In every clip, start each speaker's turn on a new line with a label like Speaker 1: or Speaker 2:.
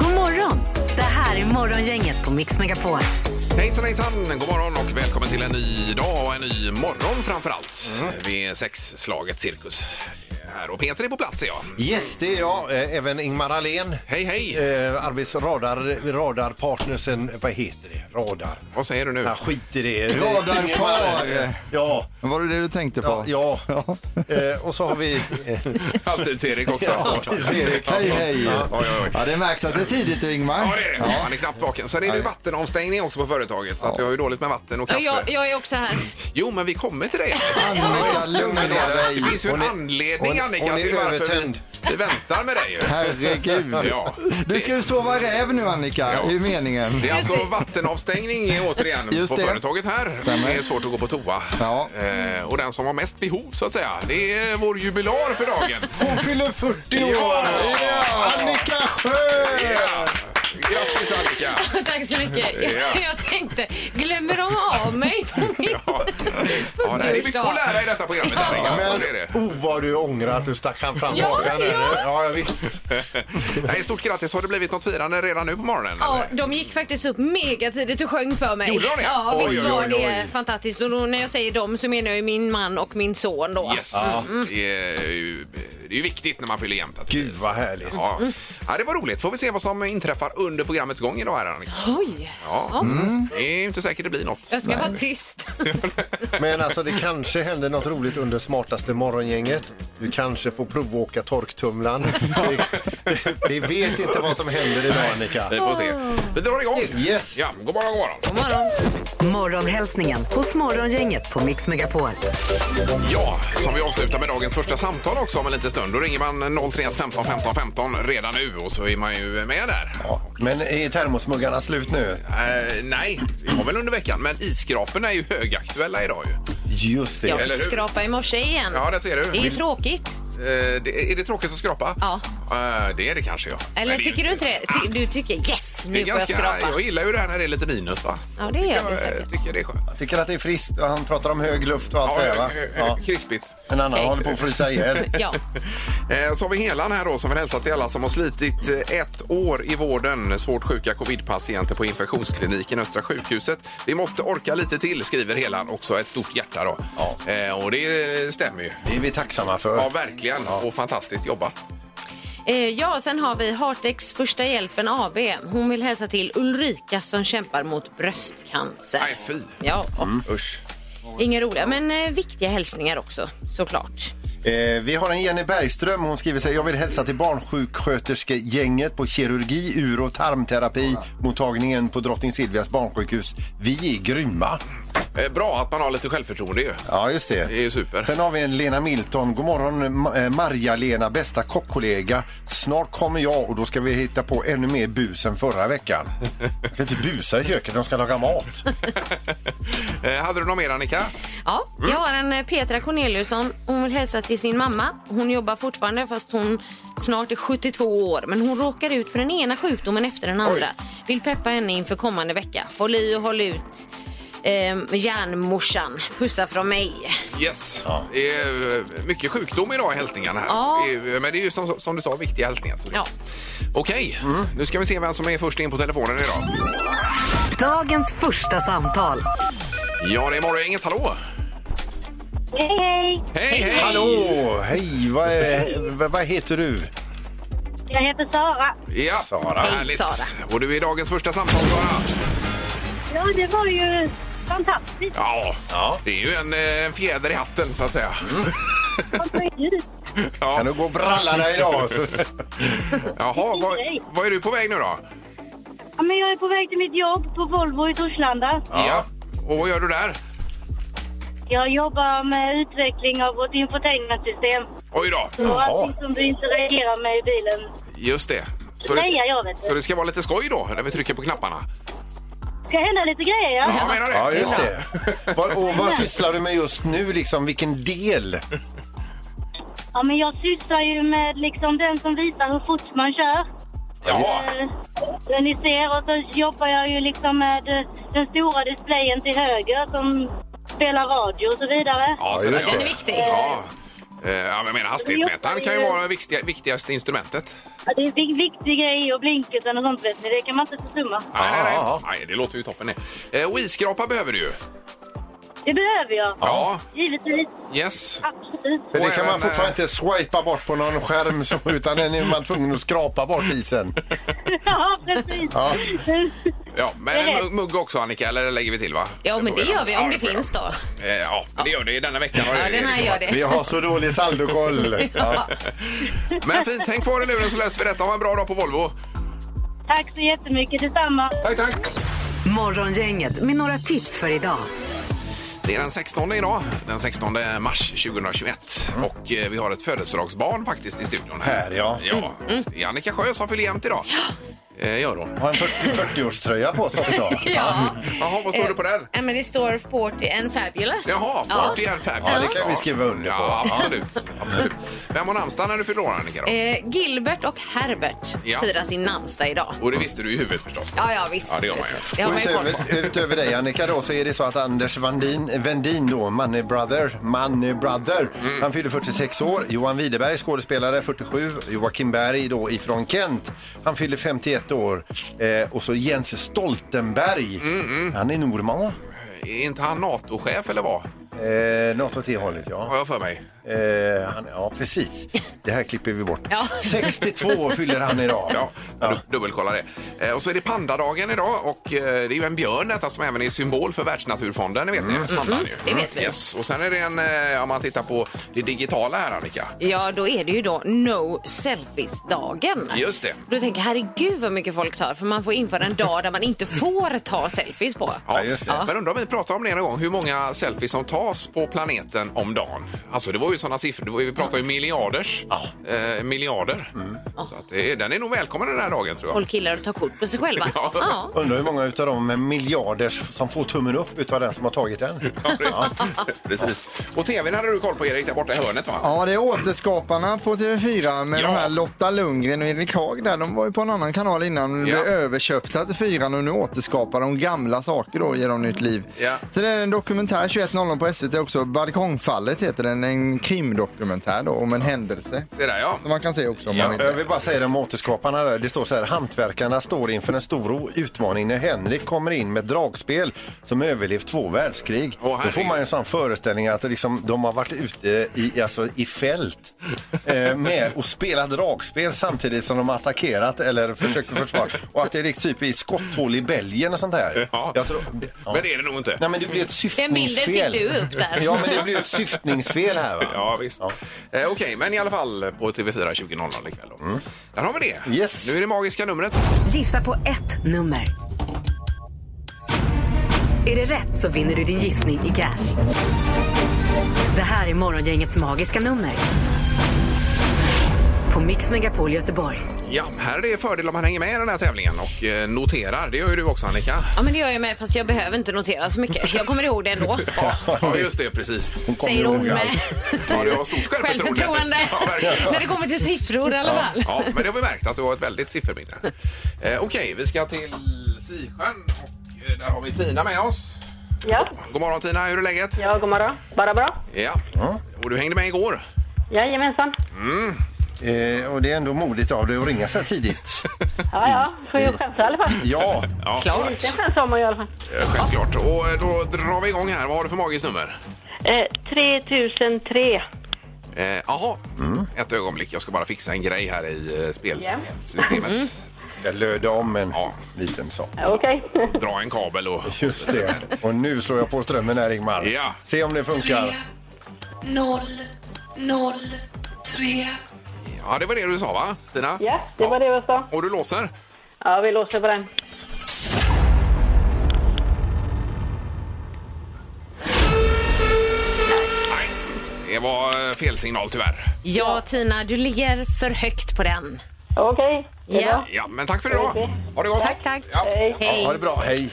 Speaker 1: God morgon! Det här är Morgongänget på Mix Megapol.
Speaker 2: Hejsan hejsan! God morgon och välkommen till en ny dag och en ny morgon framför allt.
Speaker 3: Mm.
Speaker 2: Vi är sexslaget cirkus här och Peter är på plats är jag.
Speaker 3: Yes, det är jag. Eh, Även Ingmar Ahlén.
Speaker 2: Hej hej!
Speaker 3: Eh, Arbets radar, radarpartnersen, vad heter det? Radar.
Speaker 2: Vad säger du nu?
Speaker 3: Ja, skit i det.
Speaker 4: Radarpar.
Speaker 3: Ingemar, eh, Ja.
Speaker 4: Men Var det det du tänkte på?
Speaker 3: Ja, ja. Eh, och så har vi...
Speaker 2: Halvtids-Erik också.
Speaker 3: Ja, Erik.
Speaker 4: Hej, hej!
Speaker 2: Ja,
Speaker 4: Ja,
Speaker 2: oj, oj.
Speaker 4: det märks att det är tidigt du, Ingmar.
Speaker 2: Ja, det är det. Han är knappt vaken. Sen är det ju vattenavstängning också på företaget så att vi har ju dåligt med vatten och
Speaker 5: Ja,
Speaker 2: kaffe.
Speaker 5: Jag, jag är också här.
Speaker 2: Jo, men vi kommer till det.
Speaker 4: Annika, lugna
Speaker 2: Men
Speaker 4: ner
Speaker 2: det-
Speaker 4: dig.
Speaker 2: Det finns ju en
Speaker 3: Hon är-
Speaker 2: anledning
Speaker 3: hon-
Speaker 2: Annika
Speaker 3: hon är
Speaker 2: till varför vi,
Speaker 3: övertänd.
Speaker 2: vi väntar med dig ju.
Speaker 4: Herregud.
Speaker 2: Ja.
Speaker 4: Du ska ju sova räv nu, Annika.
Speaker 2: Ja.
Speaker 4: Det är ju meningen.
Speaker 2: Det är alltså vattenavstängning återigen
Speaker 4: Just
Speaker 2: på
Speaker 4: det.
Speaker 2: företaget här.
Speaker 4: Stämmer.
Speaker 2: Det är svårt att gå på toa.
Speaker 4: Ja.
Speaker 2: Eh, och den som har mest behov så att säga, det är vår jubilar för dagen.
Speaker 3: Hon fyller 40 år!
Speaker 2: Ja!
Speaker 3: Annika Sjö!
Speaker 2: Ja! Grattis Annika!
Speaker 5: Tack så mycket.
Speaker 2: Ja.
Speaker 5: Jag, jag tänkte, glömmer de av mig på min...
Speaker 2: Ja. Ja, det här är mycket att lära i detta programmet Annika. Ja,
Speaker 3: Men,
Speaker 2: det är det.
Speaker 3: oh vad du ångrar att du stack fram fram
Speaker 5: Ja,
Speaker 3: hakan där,
Speaker 5: ja.
Speaker 3: eller? ja, visst.
Speaker 2: Nej, stort grattis! Har det blivit något firande redan nu på morgonen?
Speaker 5: Ja,
Speaker 2: eller?
Speaker 5: de gick faktiskt upp megatidigt och sjöng för mig.
Speaker 2: Gjorde de det?
Speaker 5: Ja,
Speaker 2: Oj,
Speaker 5: visst
Speaker 2: oj,
Speaker 5: var
Speaker 2: oj, oj.
Speaker 5: det fantastiskt. Och då, när jag säger dem så menar jag ju min man och min son då.
Speaker 2: Yes. Mm. Det, är ju, det är ju viktigt när man fyller jämnt. att-
Speaker 3: Gud vad härligt.
Speaker 2: Ja. ja, det var roligt. Får vi se vad som inträffar under programmets gång idag här Annika.
Speaker 5: Oj!
Speaker 2: Ja. Det är ju inte säkert det blir något.
Speaker 5: Jag ska vara tyst.
Speaker 3: Men alltså det kanske händer något roligt under smartaste morgongänget. Du kanske får provåka torktumlaren. Vi- Vi vet inte vad som händer idag Annika.
Speaker 2: Vi får se. Vi drar igång.
Speaker 3: Yes.
Speaker 2: Ja, god morgon,
Speaker 5: God
Speaker 2: god morgon.
Speaker 5: morgon.
Speaker 1: Morgonhälsningen hos Morgongänget på Mix Megapol.
Speaker 2: Ja, som vi avslutar med dagens första samtal också om en liten stund. Då ringer man 031 15 15 15 redan nu och så är man ju med där.
Speaker 3: Ja, Men är termosmuggarna slut nu?
Speaker 2: Eh, nej, det var väl under veckan, men isskraporna är ju högaktuella idag ju.
Speaker 3: Just det.
Speaker 5: Jag
Speaker 2: Eller
Speaker 5: fick
Speaker 2: hur?
Speaker 5: skrapa i morse igen.
Speaker 2: Ja, där ser du.
Speaker 5: Det är tråkigt.
Speaker 2: Eh, det, är det tråkigt att skrapa?
Speaker 5: Ja.
Speaker 2: Eh, det är det kanske, ja.
Speaker 5: Eller
Speaker 2: Men det är ju
Speaker 5: tycker du inte det? Ty- Du tycker yes,
Speaker 2: Det
Speaker 5: nu
Speaker 2: är
Speaker 5: får jag
Speaker 2: ganska,
Speaker 5: skrapa.
Speaker 2: jag gillar ju det här när det är lite minus, va?
Speaker 5: Ja, det gör du
Speaker 2: Jag eh,
Speaker 5: säkert.
Speaker 2: tycker det är skönt.
Speaker 3: Jag tycker att det är friskt och han pratar om hög luft och allt det där va?
Speaker 2: eh, eh,
Speaker 3: Ja.
Speaker 2: krispigt.
Speaker 3: En annan
Speaker 5: Okej.
Speaker 3: håller på att frysa ihjäl.
Speaker 5: Ja.
Speaker 2: Eh, Så har vi Helan här då som vill hälsa till alla som har slitit eh, ett år i vården. Svårt sjuka covidpatienter på infektionskliniken Östra sjukhuset. Vi måste orka lite till, skriver Helan. Också ett stort hjärta då.
Speaker 3: Ja.
Speaker 2: Eh, Och det stämmer ju.
Speaker 3: Det är vi tacksamma för.
Speaker 2: Ja, verkligen. Och fantastiskt jobbat.
Speaker 5: Eh, ja, sen har vi Hartex Första Hjälpen AB. Hon vill hälsa till Ulrika som kämpar mot bröstcancer.
Speaker 2: Nej, Mm. fy.
Speaker 5: Ja,
Speaker 2: Usch.
Speaker 5: inga roliga men eh, viktiga hälsningar också såklart.
Speaker 3: Eh, vi har en Jenny Bergström. Hon skriver så här. Jag vill hälsa till barnsjuksköterskegänget på kirurgi, ur och tarmterapi, mottagningen på Drottning Silvias barnsjukhus. Vi är grymma.
Speaker 2: Eh, Bra att man har lite självförtroende ju.
Speaker 3: Ja, just det.
Speaker 2: Det är ju super.
Speaker 3: Sen har vi en Lena Milton. God morgon Ma- eh, Marja-Lena, bästa kockkollega. Snart kommer jag och då ska vi hitta på ännu mer bus än förra veckan. Jag kan inte busa i köket när de ska laga mat.
Speaker 2: Eh, Hade du något mer Annika?
Speaker 5: Ja,
Speaker 2: Mm.
Speaker 5: jag har en eh, Petra Corneliusson. Hon vill hälsa till sin mamma. Hon jobbar fortfarande fast hon snart är 72 år. Men hon råkar ut för den ena sjukdomen efter den andra. Vill peppa henne inför kommande vecka. Håll i och håll ut. Ehm, järnmorsan. Pussa från mig.
Speaker 2: Yes. Det är eh, mycket sjukdom idag i hälsningarna här.
Speaker 5: Ja.
Speaker 2: Det är- Men det är ju som, som du sa viktiga hälsningar. Så det-
Speaker 5: Ja.
Speaker 2: Okej, nu ska vi se vem som är först in på telefonen idag.
Speaker 1: Dagens första samtal.
Speaker 2: Ja, det är morgon, inget hallå!
Speaker 6: Hej, hej!
Speaker 2: Hej, hej!
Speaker 3: Hallå! Hej! Vad, är, vad- vad heter du?
Speaker 6: Jag heter Sara.
Speaker 2: Ja,
Speaker 3: Sara.
Speaker 2: Härligt.
Speaker 5: Hej, Sara.
Speaker 2: Och du är dagens första samtal, Sara.
Speaker 6: Ja, det var ju fantastiskt.
Speaker 2: Ja, det är ju en eh, fjäder i hatten, så att säga.
Speaker 6: Vad möjligt.
Speaker 2: Ja.
Speaker 3: Mm. Kan du gå och bralla dig idag?
Speaker 2: Jaha, vad, vad är du på väg nu då?
Speaker 6: Ja, men jag är på väg till mitt jobb på Volvo i Torslanda.
Speaker 2: Ja. Och vad gör du där?
Speaker 6: Jag jobbar med utveckling av vårt infotainmentsystem.
Speaker 2: Oj då,
Speaker 6: Och allting som du interagerar med i bilen.
Speaker 2: just det. Så det,
Speaker 6: grejer jag vet
Speaker 2: så
Speaker 6: du.
Speaker 2: det ska vara lite skoj då när vi trycker på knapparna?
Speaker 6: Ska hända lite grejer
Speaker 2: Ja, jag
Speaker 6: ja.
Speaker 2: menar det.
Speaker 3: Ja, just det. Vad- Och vad sysslar du med just nu? Liksom, vilken del?
Speaker 6: ja men jag sysslar ju med liksom den som visar hur fort man kör.
Speaker 2: Ja.
Speaker 6: Eh, Den ni ser och så jobbar jag ju liksom med eh, den stora displayen till höger som spelar radio och så vidare.
Speaker 2: Ja, så det
Speaker 5: Den är viktig.
Speaker 2: Ja. Eh, Ja, men jag menar hastighetsmätaren kan ju vara det viktiga, viktigaste instrumentet.
Speaker 6: Ja, Det är vik- viktiga grejer och blinkersen och sånt vet ni, det kan man inte försumma.
Speaker 2: Nej, nej,
Speaker 3: Ja,
Speaker 2: nej.
Speaker 3: ja.
Speaker 2: nej, det låter ju toppen det. Eh, Och iskrapa behöver du ju.
Speaker 6: Det behöver jag.
Speaker 2: Ja.
Speaker 6: Givetvis,
Speaker 2: Yes.
Speaker 6: absolut.
Speaker 3: För det
Speaker 2: Och
Speaker 3: kan
Speaker 2: även,
Speaker 3: man fortfarande inte swipa bort på någon skärm så, utan den är man tvungen att skrapa bort isen.
Speaker 6: Ja, precis.
Speaker 3: Ja.
Speaker 2: Ja, men en mugg- mugg också Annika, eller lägger vi till va?
Speaker 5: Ja, men det gör vi om det
Speaker 2: får vi
Speaker 5: finns då.
Speaker 2: göra. Eh, Ja, men det gör det denna veckan. har
Speaker 5: Ja,
Speaker 2: det-
Speaker 5: den här gör
Speaker 3: Vi
Speaker 5: det.
Speaker 3: har så dålig saldokoll. Ja.
Speaker 2: Men fint, tänk kvar i luren så löser vi detta. Ha en bra dag på Volvo.
Speaker 6: Tack så jättemycket, detsamma.
Speaker 2: Tack, tack.
Speaker 1: Morgongänget med några tips för idag.
Speaker 2: Det är den 16 idag, den 16 mars 2021. Och eh, vi har ett födelsedagsbarn faktiskt i studion.
Speaker 3: Mm. Här, ja.
Speaker 2: ja.
Speaker 5: Mm,
Speaker 2: Det är Annika Sjö som fyller jämt idag. Eh, gör hon.
Speaker 3: Har en 40 40-årströja på sig också.
Speaker 5: Ja.
Speaker 2: Jaha, vad
Speaker 5: Eh,
Speaker 2: står det på den?
Speaker 5: Nej, men det står 40 and fabulous.
Speaker 2: Jaha, 40 är en fabulous.
Speaker 3: Ja, det kan vi skriva under på.
Speaker 2: Ja, absolut. absolut. Vem har namnsdag när du fyller år, Annika? Då?
Speaker 5: Eh, Gilbert och Herbert
Speaker 2: Ja.
Speaker 5: firar sin namnsdag idag.
Speaker 2: Och det visste du i huvudet förstås.
Speaker 5: Ja, ja, visst.
Speaker 2: Ja, det gör man ju.
Speaker 5: Det har
Speaker 3: Och
Speaker 5: man ju koll
Speaker 3: utöver,
Speaker 5: på.
Speaker 3: utöver dig Annika då så är det så att Anders Vandin, Vendin då, Money Brother, Money Brother,
Speaker 2: Mm.
Speaker 3: han fyller 46 år. Johan Widerberg, skådespelare, 47. Joakim Berg då ifrån Kent, han fyller 51 år. Eh, och så Jens Stoltenberg,
Speaker 2: Mm,
Speaker 3: han är norman.
Speaker 2: Eh, Är inte han NATO-chef eller vad?
Speaker 3: Eh, något åt det hållet ja.
Speaker 2: Har jag för mig.
Speaker 3: Eh, han, ja precis, det här klipper vi bort.
Speaker 5: Ja.
Speaker 3: 62 fyller han idag.
Speaker 2: Ja, jag du- dubbelkollar det. Eh, Och så är det pandadagen idag och eh, det är ju en björn detta som även är symbol för Världsnaturfonden, ni vet ni. Pandan ju.
Speaker 5: det vet vi.
Speaker 2: Yes. Och sen är det en, eh, om man tittar på det digitala här Annika.
Speaker 5: Ja, då är det ju då No Selfies-dagen.
Speaker 2: Just det.
Speaker 5: Då tänker jag, herregud vad mycket folk tar, för man får införa en dag där man inte får ta selfies på.
Speaker 2: Ja,
Speaker 3: Ja, just det.
Speaker 2: Men undrar om vi pratar om det någon gång, hur många selfies som tas på planeten om dagen? Alltså det var ju sådana siffror, det var ju, vi pratar ju miljarders.
Speaker 3: Ja.
Speaker 2: Eh, miljarder. Så att det, den är nog välkommen den här dagen tror jag.
Speaker 5: Folk gillar att ta kort på sig själva.
Speaker 2: Ja.
Speaker 5: Ja.
Speaker 3: Undrar hur många utav de miljarder som får tummen upp utav den som har tagit den.
Speaker 2: Ja, Precis. Och tvn hade du koll på Erik där borta i hörnet va?
Speaker 4: Ja, det är Återskaparna på TV4 med
Speaker 2: Ja.
Speaker 4: de här Lotta Lundgren och Erik Haag där. De var ju på en annan kanal innan men
Speaker 2: Ja.
Speaker 4: blev överköpta till fyran och nu återskapar de gamla saker då och ger dem nytt liv.
Speaker 2: Ja.
Speaker 4: Sen är det en dokumentär 21.00 på SVT också. Balkongfallet heter den. En krimdokumentär då om en händelse.
Speaker 2: Se där ja.
Speaker 4: Som man kan se också om man
Speaker 3: Jag
Speaker 4: inte...
Speaker 3: vill bara säga det om återskaparna. Där. Det står så här, hantverkarna står inför en stor utmaning när Henrik kommer in med ett dragspel som överlevt två världskrig.
Speaker 2: Åh,
Speaker 3: Då får
Speaker 2: herregud.
Speaker 3: man ju en sån föreställning att liksom, de har varit ute i, alltså, i fält eh, med och spelat dragspel samtidigt som de har attackerat eller försökt att försvara. Och att det är liksom typ i skotthål i Belgien och sånt där.
Speaker 2: Ja.
Speaker 3: Jag tror, ja.
Speaker 2: Men det är det nog inte.
Speaker 3: Nej men det blir ett
Speaker 5: Den
Speaker 3: syftningsfel.
Speaker 5: bilden fick du upp där.
Speaker 3: Ja men det blir ett syftningsfel här va.
Speaker 2: Ja, visst. Eh, Okej, men i alla fall på TV4 20.00 ikväll. Då. Där har vi det.
Speaker 3: Yes.
Speaker 2: Nu är det magiska numret.
Speaker 1: Gissa på ett nummer. Är det rätt så vinner du din gissning i cash. Det här är Morgongängets magiska nummer. På Mix Megapol Göteborg.
Speaker 2: Ja, här är det fördel om man hänger med i den här tävlingen och eh, noterar. Det gör ju du också Annika.
Speaker 5: Ja, men det gör jag med, fast jag behöver inte notera så mycket. Jag kommer ihåg det ändå.
Speaker 2: Ja, just det, precis.
Speaker 3: kommer
Speaker 5: Säger hon
Speaker 3: ihåg
Speaker 5: med
Speaker 2: Ja, du har stort självförtroende.
Speaker 5: självförtroende.
Speaker 2: Ja, verkligen.
Speaker 5: När det kommer till siffror i alla fall.
Speaker 2: Ja, men det har vi märkt att du har ett väldigt sifferminne. Eh, Okej, vi ska till Sisjön och eh, där har vi Tina med oss.
Speaker 7: Ja,
Speaker 2: God morgon Tina, hur är läget?
Speaker 7: ja god morgon. Bara bra?
Speaker 2: Ja.
Speaker 3: Mm.
Speaker 2: Och du hängde med igår.
Speaker 7: Jajamensan.
Speaker 3: Eh, och det är ändå modigt av dig att ringa så här tidigt.
Speaker 7: Ja, ja. Får ju skämta i alla fall.
Speaker 3: Ja,
Speaker 2: Ja,
Speaker 5: Klart.
Speaker 7: Det skäms om att göra i alla fall.
Speaker 2: eh, självklart. Och eh, då drar vi igång här. Vad har du för magiskt nummer?
Speaker 7: Eh, 3003.
Speaker 2: Eh, Jaha, ett ögonblick. Jag ska bara fixa en grej här i eh, spelsystemet.
Speaker 3: ska löda om en
Speaker 2: Ja.
Speaker 3: liten sak.
Speaker 7: Okej.
Speaker 2: Dra en kabel och...
Speaker 3: Just det. Och nu slår jag på strömmen här Ingmar.
Speaker 2: Ja.
Speaker 3: Se om det funkar.
Speaker 2: Ja, det var det du sa va, Tina?
Speaker 7: Ja, det var det jag sa.
Speaker 2: Och du låser?
Speaker 7: Ja, vi låser på den.
Speaker 2: Nej, det var eh, fel signal tyvärr.
Speaker 5: Ja, Tina, du ligger för högt på den.
Speaker 7: Okej. det är
Speaker 5: Ja.
Speaker 7: bra.
Speaker 2: Ja, men tack för idag. Ha det gott.
Speaker 5: Tack, tack.
Speaker 2: Ja.
Speaker 7: Hej.
Speaker 5: Hej.
Speaker 3: Ha det bra, hej.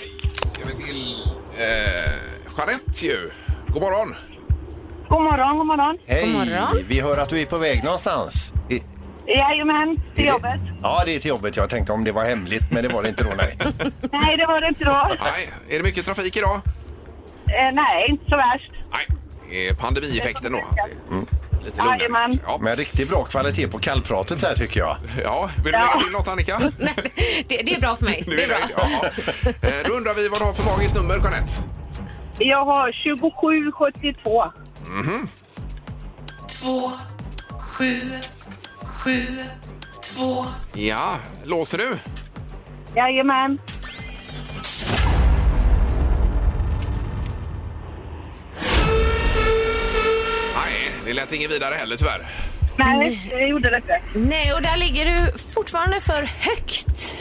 Speaker 2: Ska vi till eh, Jeanette ju. God morgon.
Speaker 6: God morgon, god morgon.
Speaker 5: God morgon.
Speaker 3: Hej! Vi hör att du är på väg någonstans. I- är
Speaker 6: Jajamän, till
Speaker 3: det-
Speaker 6: jobbet.
Speaker 3: Ja, det är till jobbet. Jag tänkte om det var hemligt, men det var det inte då, nej.
Speaker 6: Nej, det var det inte då.
Speaker 2: Nej, är det mycket trafik idag?
Speaker 6: Eh, nej, inte så värst.
Speaker 2: Nej, det är pandemieffekten då. Mm. Lite lugnare.
Speaker 6: Jajamän.
Speaker 2: Ja.
Speaker 3: Men riktigt bra kvalitet på kallpratet här tycker jag.
Speaker 2: ja, vill du lägga till något Annika?
Speaker 5: Nej, det, det är bra för mig.
Speaker 2: Nu
Speaker 5: Det är
Speaker 2: är
Speaker 5: bra.
Speaker 2: det, ja. Eh, Då undrar vi vad du har för magiskt nummer, Jeanette.
Speaker 6: Jag har 2772.
Speaker 8: Två, sju, sju, två.
Speaker 2: Ja, låser du?
Speaker 6: Jajamän.
Speaker 2: Nej, det lät inget vidare heller tyvärr.
Speaker 6: Nej, jag gjorde det inte.
Speaker 5: Nej, och där ligger du fortfarande för högt.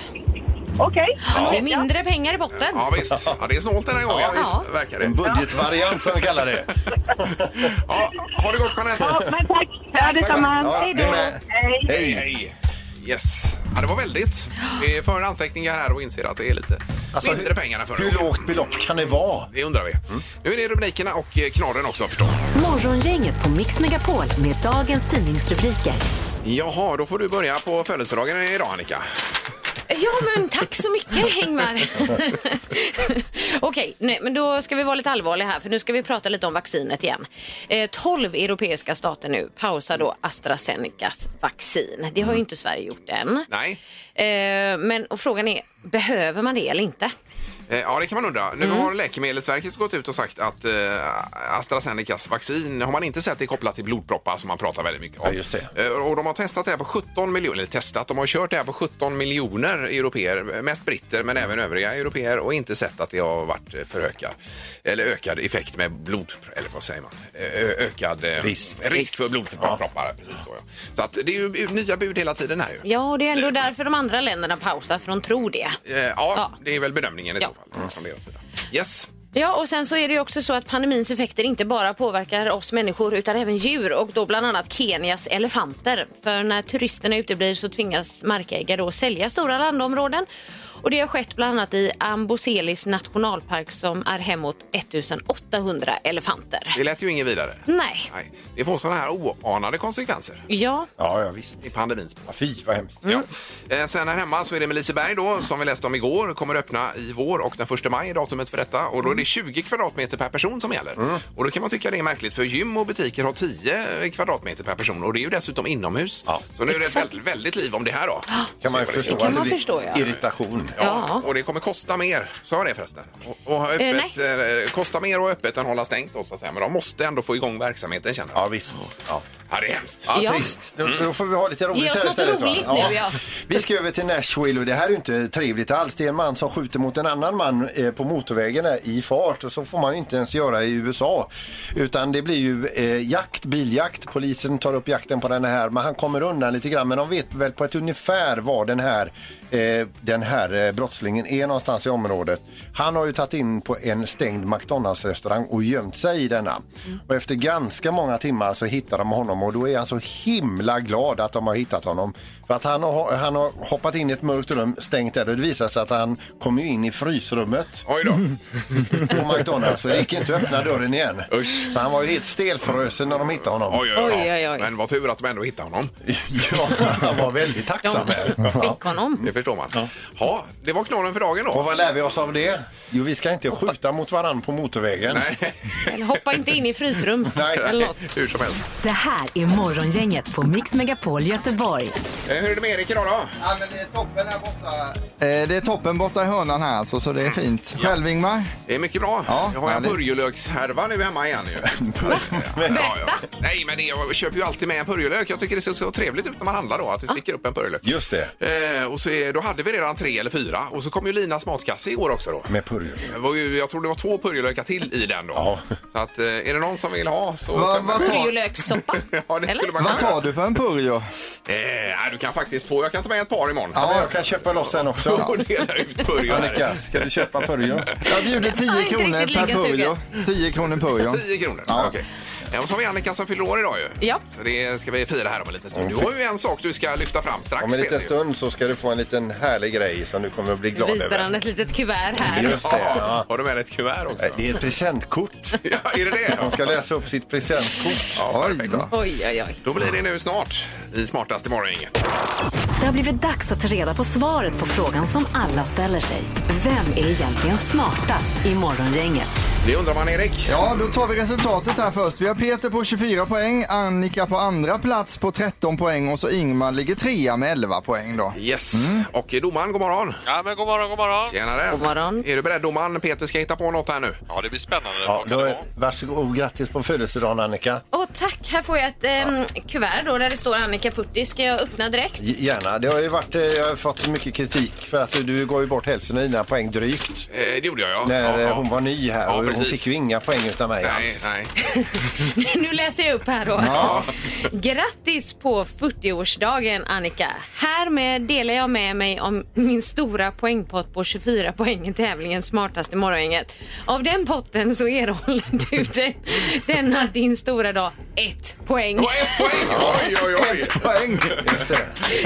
Speaker 6: Okej.
Speaker 5: Det är mindre pengar i botten.
Speaker 2: Ja visst, ja, det är snålt den här gången.
Speaker 3: Ja,
Speaker 2: Ja,
Speaker 5: ja.
Speaker 2: visst, verkar
Speaker 3: En
Speaker 2: det.
Speaker 3: budgetvariant som vi kallar det.
Speaker 2: Ja, ha det gott Jeanette.
Speaker 6: Ja, men tack. Ja, detsamma.
Speaker 3: Ja, du med.
Speaker 6: Hej.
Speaker 3: Hej!
Speaker 2: Hej. Yes. Ja, det var väldigt. Vi för anteckningar här och inser att det är lite
Speaker 3: Alltså,
Speaker 2: mindre pengar än förra
Speaker 3: Hur
Speaker 2: gången.
Speaker 3: lågt belopp kan det vara?
Speaker 2: Det undrar vi. Nu är det rubrikerna och eh, knorren också förstås.
Speaker 1: Morgongänget på Mix Megapol med dagens tidningsrubriker.
Speaker 2: Jaha, då får du börja på födelsedagen idag Annika.
Speaker 5: Ja, men tack så mycket, Ingmar. Okej, nej, men då ska vi vara lite allvarliga här, för nu ska vi prata lite om vaccinet igen. Eh, 12 europeiska stater nu pausar då AstraZenecas vaccin. Det har ju inte Sverige gjort än.
Speaker 2: Mm. Nej.
Speaker 5: Eh, men och frågan är, behöver man det eller inte?
Speaker 2: Eh, Ja, det kan man undra. Nu har Läkemedelsverket gått ut och sagt att eh, AstraZenecas vaccin har man inte sett är kopplat till blodproppar som man pratar väldigt mycket om.
Speaker 3: Ja, just det.
Speaker 2: Eh, och de har testat det här på 17 miljoner, eller testat, de har kört det här på 17 miljoner europeer, mest britter men även övriga europeer och inte sett att det har varit eh, för ökad, eller ökad effekt med blod, eller vad säger man, Eh, ö- ökad eh,
Speaker 3: Risk.
Speaker 2: risk för blodproppar. Precis så, ja. så att det är ju bu- nya bud hela tiden här ju.
Speaker 5: Ja, och det är ändå därför de andra länderna pausar, för de tror det.
Speaker 2: Eh, Ja,
Speaker 5: Ja.
Speaker 2: det är väl bedömningen i
Speaker 5: Ja.
Speaker 2: så fall. Från deras sida. Yes.
Speaker 5: Ja, och sen så är det ju också så att pandemins effekter inte bara påverkar oss människor utan även djur och då bland annat Kenias elefanter. För när turisterna uteblir så tvingas markägare då sälja stora landområden och det har skett bland annat i Amboselis nationalpark som är hemåt 1800 elefanter.
Speaker 2: Det lät ju inget vidare.
Speaker 5: Nej.
Speaker 2: Nej. Det får sådana här oanade konsekvenser
Speaker 5: Ja,
Speaker 3: Ja, ja visst.
Speaker 2: i pandemins spår.
Speaker 3: Ja, Fy, vad hemskt.
Speaker 2: Ja. Eh, Sen här hemma så är det med Liseberg då, som vi läste om igår, kommer öppna i vår och den 1 maj är datumet för detta. Och då
Speaker 3: Mm.
Speaker 2: är det 20 kvadratmeter per person som gäller. Och då kan man tycka det är märkligt för gym och butiker har 10 kvadratmeter per person och det är ju dessutom inomhus.
Speaker 3: Ja.
Speaker 2: Så nu är det väldigt, väldigt liv om det här då.
Speaker 3: Kan man ju
Speaker 2: Se vad det
Speaker 3: förstå
Speaker 2: är.
Speaker 5: kan
Speaker 3: att det
Speaker 5: man
Speaker 3: blir
Speaker 5: förstå, ja.
Speaker 3: irritation.
Speaker 2: Ja,
Speaker 5: Ja.
Speaker 2: och det kommer kosta mer. Sa jag det förresten? Och, och ha öppet, eh, kosta mer och öppet än hålla stängt då, så att säga. Men de måste ändå få igång verksamheten känner jag.
Speaker 3: Ja, visst. Ja.
Speaker 2: Ja, det är hemskt.
Speaker 3: Ja,
Speaker 5: Ja.
Speaker 3: trist. Då, då får vi ha lite roligt
Speaker 5: Ge oss
Speaker 3: här
Speaker 5: något
Speaker 3: istället. va?
Speaker 5: roligt nu, ja.
Speaker 3: Vi ska över till Nashville och det här är ju inte trevligt alls. Det är en man som skjuter mot en annan man eh, på motorvägen där i fart och så får man ju inte ens göra i USA. Utan det blir ju eh, jakt, biljakt. Polisen tar upp jakten på den här men han kommer undan lite grann. Men de vet väl på ett ungefär var den här, eh, den här eh, brottslingen är någonstans i området. Han har ju tagit in på en stängd McDonalds-restaurang och gömt sig i denna. Och efter ganska många timmar så hittar de honom och då är han så himla glad att de har hittat honom. För att han har, han har hoppat in i ett mörkt rum, stängt där och det visar sig att han kom ju in i frysrummet
Speaker 2: Oj då.
Speaker 3: på McDonalds så det gick inte att öppna dörren igen.
Speaker 2: Usch.
Speaker 3: Så han var ju helt stelfrösen när de hittade honom.
Speaker 2: Oj, oj, oj.
Speaker 5: Oj, oj, oj.
Speaker 2: Men vad tur att de ändå hittade honom.
Speaker 3: Ja, han var väldigt tacksam. Ja.
Speaker 5: fick honom.
Speaker 2: Det förstår man. Ja, det var knorren för dagen
Speaker 3: Och
Speaker 2: då.
Speaker 3: vad lär vi oss av det? Jo, vi ska inte skjuta mot varandra på motorvägen.
Speaker 2: Nej,
Speaker 5: Eller hoppa inte in i frysrum
Speaker 3: Nej.
Speaker 5: eller något.
Speaker 2: hur som helst.
Speaker 1: Det här är Morgongänget på Mix Megapol Göteborg.
Speaker 2: Eh, Hur är det med Erik idag då?
Speaker 4: Ja, men det är toppen här borta. Eh, det är toppen borta i hörnan här alltså, så det är fint. Själv Ingmar?
Speaker 2: Det är mycket bra.
Speaker 4: Ja,
Speaker 2: jag har en
Speaker 4: härligt.
Speaker 2: purjolökshärva nu hemma igen ju.
Speaker 5: Berätta.
Speaker 2: Nej, men det- jag köper ju alltid med en purjolök. Jag tycker det ser så trevligt ut när man handlar då, att det sticker upp en purjolök.
Speaker 3: Just det.
Speaker 2: Eh, och så är, då hade vi redan tre eller fyra och så kom ju Linas matkasse igår också då.
Speaker 3: Med purjolök.
Speaker 2: Det var ju, jag tror det var två purjolökar till i den då.
Speaker 3: Ja.
Speaker 2: Så att eh, är det någon som vill ha så...
Speaker 4: Vad-
Speaker 2: kan man-
Speaker 4: vad tar-
Speaker 5: Purjolökssoppa.
Speaker 2: Ja, det skulle
Speaker 5: Eller?
Speaker 2: man
Speaker 4: Vad
Speaker 2: kunna
Speaker 4: tar du för en purjo?
Speaker 2: göra. Eh, nej, du kan faktiskt få, jag kan ta med ett par imorgon.
Speaker 3: Ja, men jag kan köpa loss en också.
Speaker 2: Och dela ut purjor.
Speaker 3: Annika, ska du köpa purjo?
Speaker 4: Jag bjuder 10
Speaker 5: inte
Speaker 4: kronor
Speaker 5: riktigt
Speaker 4: per
Speaker 5: lika
Speaker 4: purjo.
Speaker 5: sugen.
Speaker 4: 10 kronor purjon.
Speaker 2: 10 kronor?
Speaker 4: Ja.
Speaker 2: Okej. Ja, och så har vi Annika som fyller år idag ju.
Speaker 5: Ja.
Speaker 2: Så det ska vi fira här om en liten stund. Du har ju en sak du ska lyfta fram strax.
Speaker 3: Om en liten
Speaker 2: Peter.
Speaker 3: stund så ska du få en liten härlig grej som du kommer att bli glad
Speaker 5: Visar han
Speaker 3: över.
Speaker 5: ett litet kuvert här.
Speaker 3: Just det, ja.
Speaker 2: Har du med dig ett kuvert också?
Speaker 3: Nej, Det är ett presentkort.
Speaker 2: Ja, är det det?
Speaker 3: De ska läsa upp sitt presentkort.
Speaker 2: Ja,
Speaker 4: Oj då.
Speaker 5: Oj, oj, oj.
Speaker 2: då blir det nu snart i Smartast i morgon inget.
Speaker 1: Det har blivit dags att ta reda på svaret på frågan som alla ställer sig. Vem är egentligen smartast i Morgongänget?
Speaker 2: Det undrar man Erik.
Speaker 4: Ja, då tar vi resultatet här först. Vi har Peter på 24 poäng, Annika på andra plats på 13 poäng och så Ingmar ligger trea med 11 poäng då.
Speaker 2: Yes.
Speaker 3: Mm.
Speaker 2: Och domaren, god morgon.
Speaker 9: Ja, men god morgon, god morgon.
Speaker 2: Tjenare.
Speaker 5: God morgon.
Speaker 2: Är du beredd domaren? Peter ska hitta på något här nu. Eh,
Speaker 9: Ja, det blir spännande.
Speaker 3: Ja,
Speaker 9: Vad kan
Speaker 3: då
Speaker 9: det
Speaker 3: är,
Speaker 9: vara?
Speaker 3: varsågod, grattis på födelsedagen Annika.
Speaker 5: Åh tack, här får jag ett ehm, kuvert då där det står Annika 40. Ska jag öppna direkt?
Speaker 3: G- Gärna. Det har ju varit, eh, jag har fått mycket kritik för att du, du går ju bort hälften av dina poäng drygt.
Speaker 2: Eh, det gjorde jag, ja.
Speaker 3: När
Speaker 2: ja,
Speaker 3: eh,
Speaker 2: ja.
Speaker 3: hon var ny här
Speaker 2: Ja,
Speaker 3: och hon
Speaker 2: precis.
Speaker 3: fick ju inga poäng utan mig
Speaker 2: Nej,
Speaker 3: alls.
Speaker 2: nej.
Speaker 5: nu läser jag upp här då. Grattis på 40-årsdagen Annika. Härmed delar jag med mig om min stora poängpott på 24 poäng i tävlingen Smartast i morgongänget. Av den potten så erhåller du den, denna din stora dag ett poäng.
Speaker 2: Det var ett poäng! Oj, oj, oj.
Speaker 4: Poäng!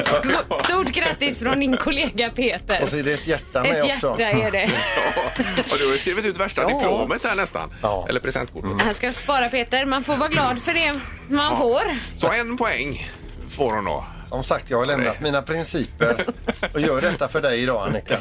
Speaker 5: Sko- Stort grattis från din kollega Peter.
Speaker 3: Och så är det ett hjärta med
Speaker 5: Ett
Speaker 3: också.
Speaker 5: hjärta är det.
Speaker 2: Och du har ju skrivit ut värsta
Speaker 5: Ja.
Speaker 2: diplomet där nästan.
Speaker 3: Ja.
Speaker 2: Eller presentkortet.
Speaker 4: Mm.
Speaker 5: Här ska jag spara Peter. Man får vara glad för det man får.
Speaker 2: Så en poäng får hon då.
Speaker 3: Som sagt, jag har lämnat mina principer och gör detta för dig idag Annika.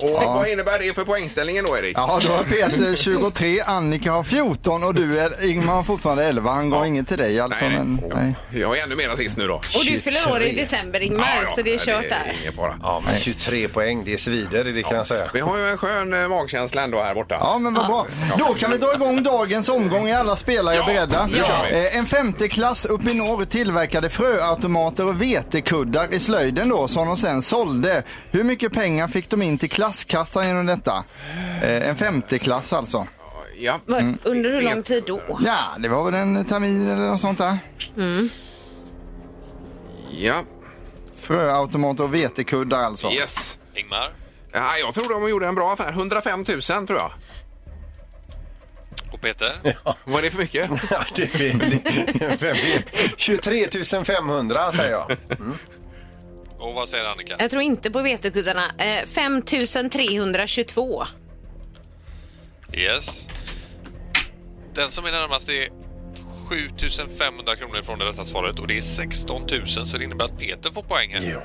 Speaker 2: Och vad innebär det för poängställningen då, Erik?
Speaker 4: Ja, då har Peter 23, Annika har 14 och du är, Ingmar har fortfarande 11. Han gav inget till dig alltså.
Speaker 2: Nej,
Speaker 4: men, nej.
Speaker 2: Jag är ännu mer sist nu då.
Speaker 5: Och du fyller år i december Ingmar,
Speaker 2: Ja, ja,
Speaker 5: så det är kört där.
Speaker 2: ingen fara.
Speaker 3: Ja, men 23 poäng, det är svider det kan jag säga.
Speaker 2: Vi har ju en skön eh, magkänsla ändå här borta.
Speaker 4: Ja, men vad bra. Då kan vi dra igång dagens omgång. Är alla spelare
Speaker 2: Ja,
Speaker 4: beredda?
Speaker 2: nu kör vi.
Speaker 4: Eh, En femteklass uppe i norr tillverkade fröautomater och vetekuddar i slöjden då, som de sen sålde. Hur mycket pengar fick de in till klasskassan genom detta? Eh, En femteklass alltså.
Speaker 2: Ja.
Speaker 5: Var-
Speaker 3: Mm.
Speaker 5: Under hur lång tid då?
Speaker 4: Ja, det var väl en termin eller något sånt där.
Speaker 2: ja.
Speaker 4: Fröautomater och vetekuddar alltså.
Speaker 2: Yes.
Speaker 9: Ingmar?
Speaker 2: Ja, jag tror de gjorde en bra affär. 105 000 tror jag.
Speaker 9: Och Peter?
Speaker 2: Var det för mycket?
Speaker 3: Ja, det vet ni. Vem vet? 23 500 säger jag. Mm.
Speaker 9: Och vad säger Annika?
Speaker 5: Jag tror inte på vetekuddarna. Eh, 5322.
Speaker 9: Yes. Den som är närmast är 7500 kronor ifrån det rätta svaret och det är 16 000 så det innebär att Peter får poäng här.
Speaker 2: Ja.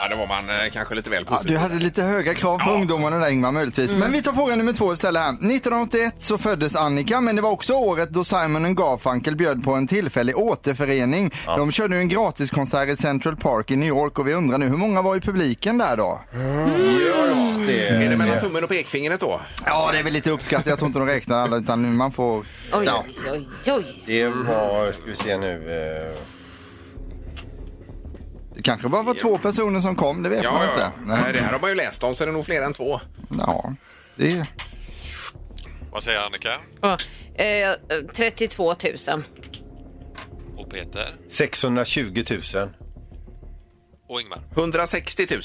Speaker 2: ja, då var man eh, kanske lite väl
Speaker 4: Ja,
Speaker 2: positiv.
Speaker 4: du hade lite höga krav på ungdomarna där Ingmar möjligtvis.
Speaker 2: Mm.
Speaker 4: Men vi tar fråga nummer två istället här. 1981 så föddes Annika men det var också året då Simon and Garfunkel bjöd på en tillfällig återförening. De körde ju en gratiskonsert i Central Park i New York och vi undrar nu hur många var i publiken där då?
Speaker 3: Just
Speaker 2: Är det
Speaker 3: det.
Speaker 2: mellan tummen och pekfingret då?
Speaker 4: Ja det är väl lite uppskattat, jag tror inte de räknar alla utan man får...
Speaker 5: Oj,
Speaker 4: Ja.
Speaker 5: oj, oj, oj.
Speaker 3: Det var, ska vi se nu. eh,
Speaker 4: Det kanske bara var två personer som kom, det vet man
Speaker 2: Ja, ja.
Speaker 4: inte.
Speaker 2: Nej, det här har man ju läst om så det är nog fler än två.
Speaker 4: Ja, det...
Speaker 9: Vad säger Annika?
Speaker 5: Ja, eh, 32 000.
Speaker 9: Och Peter?
Speaker 3: 620 000.
Speaker 9: Och Ingmar?
Speaker 2: 160 000.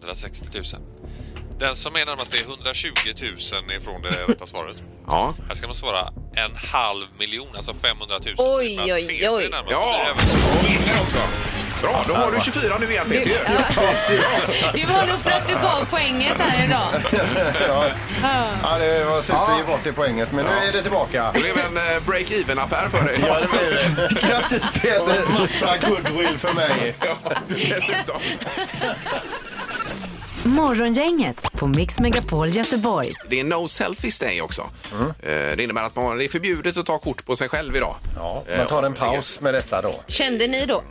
Speaker 9: 160 000. Den som är närmast är 120 000 ifrån det rätta svaret.
Speaker 2: Ja.
Speaker 9: Här ska man svara en halv miljon, alltså 500 000.
Speaker 5: Oj,
Speaker 9: Så det är
Speaker 5: oj,
Speaker 9: Peter
Speaker 5: oj.
Speaker 9: närmast.
Speaker 2: Ja, och vinner också. Bra, då har du 24 nu igen Peter.
Speaker 5: Det var nog för att du gav poänget här idag.
Speaker 3: Ja, det var surt att ge bort det poänget, men nu är det tillbaka.
Speaker 2: Det blev en eh, break-even-affär för dig. Ja, det blev det.
Speaker 3: Grattis Peter! Massa goodwill för mig.
Speaker 2: Dessutom.
Speaker 1: Morgongänget på Mix Megapol Göteborg.
Speaker 2: Det är no selfies day också.
Speaker 3: Mm.
Speaker 2: Eh, Det innebär att man, det är förbjudet att ta kort på sig själv idag.
Speaker 3: Ja, man tar en paus med detta då.
Speaker 5: Kände ni då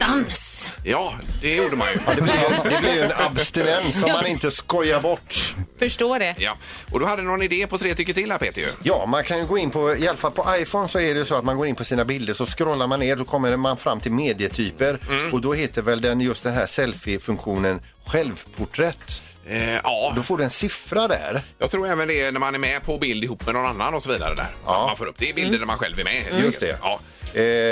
Speaker 5: attans?
Speaker 2: Eh, Ja, det gjorde man ju.
Speaker 3: Det blir, det blir ju en abstinens som man inte skojar bort.
Speaker 5: Förstår det.
Speaker 2: Ja. Och du hade någon idé på tre tycker till här Peter ju.
Speaker 3: Ja, man kan ju gå in på, i alla fall på iPhone så är det ju så att man går in på sina bilder så scrollar man ner, då kommer man fram till medietyper
Speaker 2: Mm.
Speaker 3: och då heter väl den just den här selfie-funktionen självporträtt.
Speaker 2: Eh, ja,
Speaker 3: Då får du en siffra där.
Speaker 2: jag tror även det är när man är med på bild ihop med någon annan och så vidare där.
Speaker 3: Ja. Mm.
Speaker 2: Man får upp det i bilder där man själv är med. helt
Speaker 3: Just
Speaker 2: enkelt.
Speaker 3: det.
Speaker 2: Mm. Ja.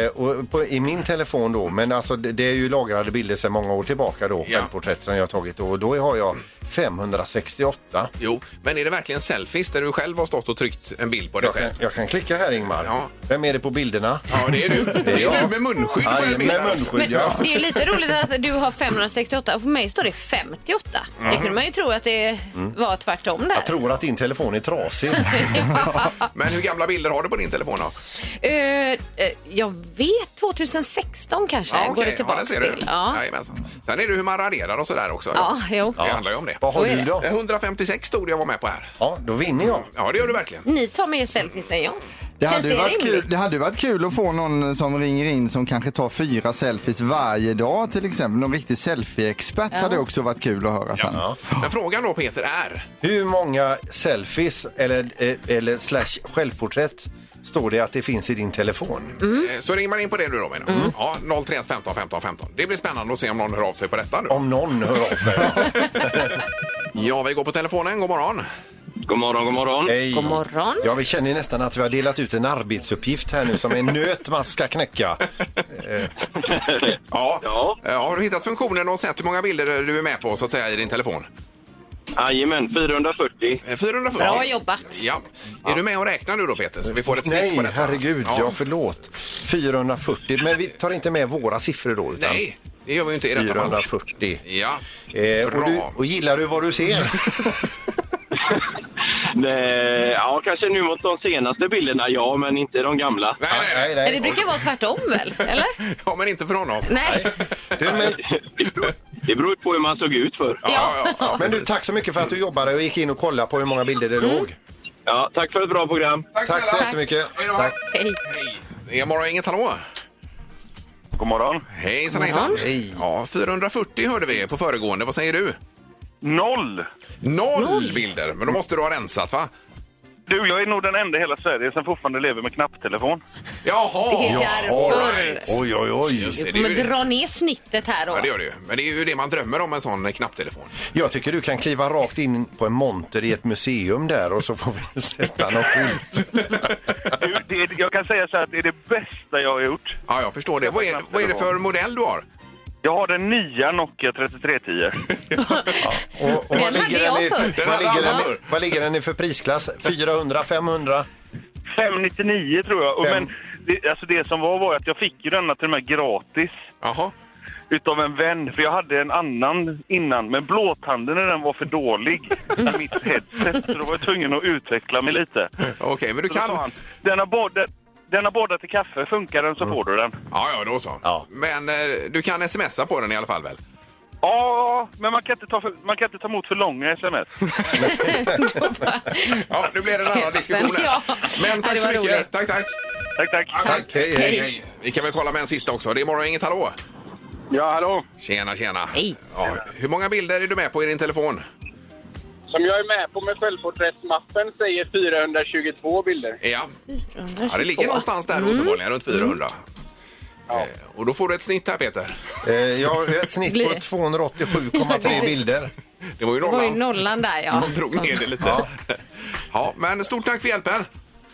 Speaker 3: Eh, och på, I min telefon då, men alltså det, det är ju lagrade bilder sedan många år tillbaka då,
Speaker 2: Ja.
Speaker 3: självporträtt som jag har tagit och då har jag 568.
Speaker 2: Jo, men är det verkligen selfies där du själv har stått och tryckt en bild på dig
Speaker 3: Jag
Speaker 2: själv?
Speaker 3: kan, jag kan klicka här Ingmar. Vem är det på bilderna?
Speaker 2: Ja, det är du. Det är
Speaker 3: jag.
Speaker 2: du med munskydd på
Speaker 3: Aj,
Speaker 2: den bilden
Speaker 3: Med
Speaker 2: också.
Speaker 3: munskydd,
Speaker 5: Men
Speaker 3: ja.
Speaker 5: det är ju lite roligt att du har 568 och för mig står det 58. Det
Speaker 3: Mm.
Speaker 5: kunde man ju tro att det
Speaker 2: Mm.
Speaker 5: var tvärtom där.
Speaker 3: Jag tror att din telefon är trasig.
Speaker 2: Men hur gamla bilder har du på din telefon då?
Speaker 5: Eh, eh, jag vet, 2016 kanske går det
Speaker 2: ja, det
Speaker 5: tillbaka
Speaker 2: ser
Speaker 5: till.
Speaker 2: du. Jajamensan. Sen är det hur man raderar och sådär också.
Speaker 5: Ja, jo.
Speaker 2: Det
Speaker 5: Ja.
Speaker 2: handlar ju om det.
Speaker 5: Vad har Så är du det. då?
Speaker 2: 156 stod jag var med på här.
Speaker 3: Ja, då vinner jag.
Speaker 2: Ja, det gör du verkligen.
Speaker 5: Ni tar mer selfies än jag.
Speaker 4: Det
Speaker 5: Känns
Speaker 4: hade, ju varit
Speaker 5: rimligt?
Speaker 4: kul, det hade ju varit kul att få någon som ringer in som kanske tar fyra selfies varje dag till exempel. Någon riktig selfie-expert
Speaker 2: Ja.
Speaker 4: hade också varit kul att höra sen.
Speaker 2: Men frågan då Peter är?
Speaker 3: Hur många selfies eller, eh, eller slash självporträtt står det att det finns i din telefon?
Speaker 2: Eh, Så ringer man in på det nu då menar du? Ja, 031 15 15 15. Det blir spännande att se om någon hör av sig på detta nu.
Speaker 3: Om någon hör av sig.
Speaker 10: Mm.
Speaker 2: ja, vi går på telefonen. God morgon.
Speaker 10: God morgon, god morgon.
Speaker 3: Hej. Ja, vi känner nästan att vi har delat ut en arbetsuppgift här nu som en nöt man ska knäcka. Eh,
Speaker 2: Ja. Eh, Har du hittat funktionen och sett hur många bilder du är med på så att säga i din telefon?
Speaker 10: Jajamän, 440.
Speaker 2: Eh, 440.
Speaker 5: Bra jobbat.
Speaker 2: Ja. Är du med och räknar nu då Peter? Så vi får ett snitt
Speaker 3: Nej,
Speaker 2: på detta.
Speaker 3: herregud, ja. förlåt. 440, men vi tar inte med våra siffror då? Utan
Speaker 2: Nej, det gör vi ju inte i detta fall.
Speaker 3: 440.
Speaker 2: Ja.
Speaker 3: Eh, och, du, och gillar du vad du ser?
Speaker 10: Eh, Ja, kanske nu mot de senaste bilderna, ja, men inte de gamla.
Speaker 2: Nej, nej,
Speaker 3: nej.
Speaker 5: Men det brukar vara tvärtom väl? Eller?
Speaker 2: Ja, men inte för honom.
Speaker 5: Nej.
Speaker 10: Det beror ju på hur man såg ut förr.
Speaker 3: Men du, tack så mycket för att du jobbade och gick in och kollade på hur många bilder det låg.
Speaker 10: Ja, tack för ett bra program.
Speaker 2: Tack,
Speaker 3: så jättemycket. Tack.
Speaker 5: Hej.
Speaker 2: Det är morgon, inget hallå.
Speaker 10: God morgon.
Speaker 2: Hejsan, hejsan. Hej. Ja, 440 hörde vi på föregående. Vad säger du?
Speaker 10: Noll.
Speaker 2: Noll, bilder. Men då måste du ha rensat, va?
Speaker 10: Du, jag är nog den enda i hela Sverige som fortfarande lever med knapptelefon.
Speaker 2: Jaha!
Speaker 5: Det är därför.
Speaker 3: Oj, oj, oj.
Speaker 2: Just det,
Speaker 5: Du
Speaker 2: det, är ju
Speaker 5: kommer
Speaker 2: det.
Speaker 5: dra ner snittet här då.
Speaker 2: Ja, det gör det ju. Men det är ju det man drömmer om, en sån knapptelefon.
Speaker 3: Jag tycker du kan kliva rakt in på en monter i ett museum där och så får vi sätta någon skylt.
Speaker 10: Du, det, jag kan säga så här att det är det bästa jag har gjort.
Speaker 2: Ja, jag förstår det. Vad är, vad är det för modell du har?
Speaker 10: Jag har den nya Nokia 3310.
Speaker 3: Och, och
Speaker 10: Den
Speaker 3: vad ligger
Speaker 10: hade jag
Speaker 3: den i-
Speaker 10: förr.
Speaker 3: vad
Speaker 10: Den hade
Speaker 3: ligger
Speaker 10: jag
Speaker 3: den i-
Speaker 10: förr.
Speaker 3: Vad ligger den i för prisklass? 400, 500?
Speaker 10: 599 tror jag. Och
Speaker 3: Fem.
Speaker 10: Men det, alltså det som var var att jag fick ju denna till och med gratis.
Speaker 2: Aha.
Speaker 10: Utav en vän, för jag hade en annan innan. Men blåtanden när den var för dålig, i mitt headset. Så då var jag tvungen att utveckla mig lite.
Speaker 2: Okej, men du
Speaker 10: Så då
Speaker 2: kan-
Speaker 10: sa Han, den, har både, den har båda till kaffe, funkar den så
Speaker 3: Mm.
Speaker 10: får du den.
Speaker 2: Ja, ja, då så. Men eh, du kan smsa på den i alla fall väl?
Speaker 10: Ja, men man kan inte ta, för, man kan inte ta emot för långa sms.
Speaker 2: Ja, nu blir det en annan diskussion här.
Speaker 10: Ja.
Speaker 2: Men
Speaker 10: Ja,
Speaker 2: tack
Speaker 10: det
Speaker 2: så
Speaker 10: var
Speaker 2: mycket.
Speaker 10: roligt.
Speaker 2: Tack, tack.
Speaker 10: Tack, tack.
Speaker 2: tack.
Speaker 3: Hej,
Speaker 10: hej.
Speaker 2: Vi kan väl kolla med en sista också. Det är morgon, inget hallå.
Speaker 10: Ja, hallå.
Speaker 2: Tjena, tjena. Hej. Ja, hur många bilder är du med på i din telefon?
Speaker 11: Som jag är med på med självporträttsmappen säger 422 bilder.
Speaker 2: Ja. Ja, det ligger någonstans
Speaker 10: Mm.
Speaker 2: där uppenbarligen, runt 400. Eh, Och då får du ett snitt här, Peter.
Speaker 3: Eh, jag har ett snitt på 287,3 bilder.
Speaker 2: Det var ju
Speaker 5: Det var ju
Speaker 2: nollan
Speaker 5: nollan där ja.
Speaker 2: som drog ner det lite. Ja. men stort tack för hjälpen.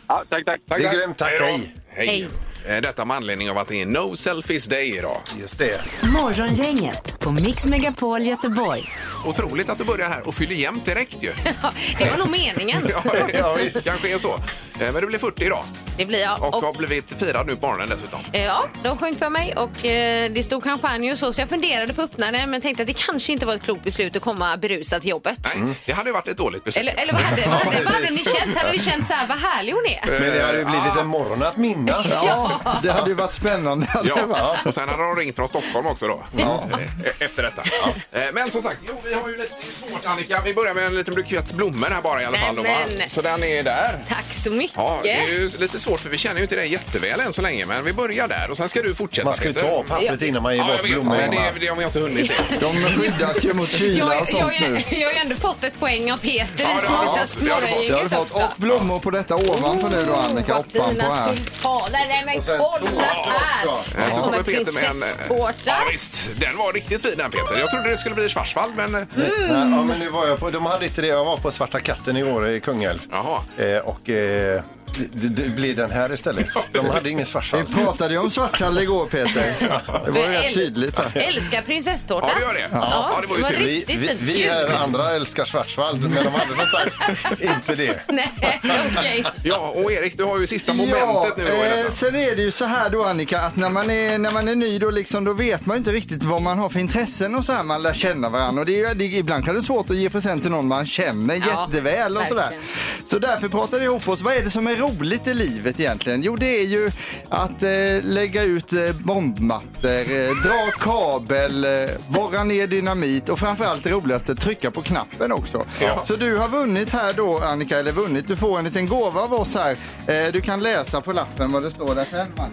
Speaker 10: Ja, tack, tack.
Speaker 3: Det är grymt, tack,
Speaker 2: då.
Speaker 3: hej.
Speaker 2: Hej. Eh, Detta med anledning av att det är No Selfies Day idag.
Speaker 3: Just det.
Speaker 1: Morgongänget på Mix Megapol Göteborg.
Speaker 2: Otroligt att du börjar här och fyller jämnt direkt ju.
Speaker 5: Det var nog meningen.
Speaker 2: ja, ja, visst, kanske är så. Eh, Men du blir 40 idag
Speaker 5: Det blir jag.
Speaker 2: och har blivit firad nu på morgonen dessutom.
Speaker 5: Eh, Ja, de sjöng för mig och eh, det stod champagne och så, så jag funderade på att öppna den men tänkte att det kanske inte var ett klokt beslut att komma berusad till jobbet.
Speaker 2: Nej, det hade ju varit ett dåligt beslut.
Speaker 5: Eller, eller vad, hade, vad, hade, vad hade ni känt? Hade ni känt så här, vad härlig hon är?
Speaker 2: Eh,
Speaker 3: Men det hade ju blivit en morgon att minnas.
Speaker 5: Ja.
Speaker 4: Det hade ju varit spännande. hade det varit.
Speaker 2: Ja, och sen hade de ringt från Stockholm också då. Eh, Efter detta. Eh, Men som sagt, jo, vi har ju lite det är svårt Annika. Vi börjar med en liten bukett blommor här bara i alla fall. Då, va?
Speaker 5: Nämen.
Speaker 2: Så den är där.
Speaker 5: Tack så mycket.
Speaker 2: Ja, det är ju lite svårt för vi känner ju inte dig jätteväl än så länge men vi börjar där och sen ska du fortsätta
Speaker 3: Man ska ju
Speaker 2: Peter.
Speaker 3: ta pappret innan man ger
Speaker 2: Ja, jag
Speaker 3: bort
Speaker 2: vet,
Speaker 3: blommorna.
Speaker 2: Men det, det har vi inte hunnit. det.
Speaker 4: De skyddas ju mot kyla
Speaker 5: Jag,
Speaker 4: och sånt
Speaker 5: jag,
Speaker 4: nu.
Speaker 5: jag, jag har ju ändå fått ett poäng av Peter i smartast
Speaker 4: Det har du
Speaker 5: morgongänget
Speaker 4: fått.
Speaker 5: också.
Speaker 4: Och blommor på detta ovanpå nu då Annika. Ovanpå här.
Speaker 5: tulpaner. Nej men kolla här!
Speaker 2: Eh,
Speaker 5: Här
Speaker 2: Så
Speaker 5: kommer
Speaker 2: kommer Peter med en... eh,
Speaker 5: prinsesstårta.
Speaker 2: Ja, visst, den var riktigt fin den Peter. Jag trodde det skulle bli Schwarzwald men... eh,
Speaker 3: Nej, Ja, men nu var jag på, de hade inte det. Jag var på Svarta katten i år i Kungälv.
Speaker 2: Jaha.
Speaker 3: Eh, och eh, Det, det blir den här istället. De hade ingen svartsall.
Speaker 4: Vi pratade ju om svartsall igår Peter. Det var ju rätt tydligt där.
Speaker 5: Jag Eh, älskar prinsesstårta.
Speaker 3: Ja, det gör det.
Speaker 5: Ja,
Speaker 3: Vi,
Speaker 5: riktigt
Speaker 3: vi,
Speaker 5: fint.
Speaker 3: vi här andra älskar Schwarzwald, men de hade som sagt inte det.
Speaker 5: Nej, okej.
Speaker 2: Ja, och Erik, du har ju sista momentet nu. Då, i
Speaker 4: eh,
Speaker 2: detta.
Speaker 4: sen är det ju så här då Annika, att när man är, när man är ny då, liksom, då vet man ju inte riktigt vad man har för intressen och så här. Man lär känna varandra och det är, ju- det, ibland kan det vara svårt att ge present till någon man känner
Speaker 12: Ja,
Speaker 4: jätteväl och sådär.
Speaker 12: verkligen.
Speaker 4: Så därför pratar vi ihop oss. Vad är det som är roligt i livet egentligen? Jo, det är ju att eh, lägga ut eh, bombmattor, eh, dra kabel, eh, borra ner dynamit och framförallt det roligaste, trycka på knappen också.
Speaker 12: Ja.
Speaker 4: Så du har vunnit här då, Annika, eller vunnit, du får en liten gåva av oss här. Eh, du kan läsa på lappen vad det står där själv, man.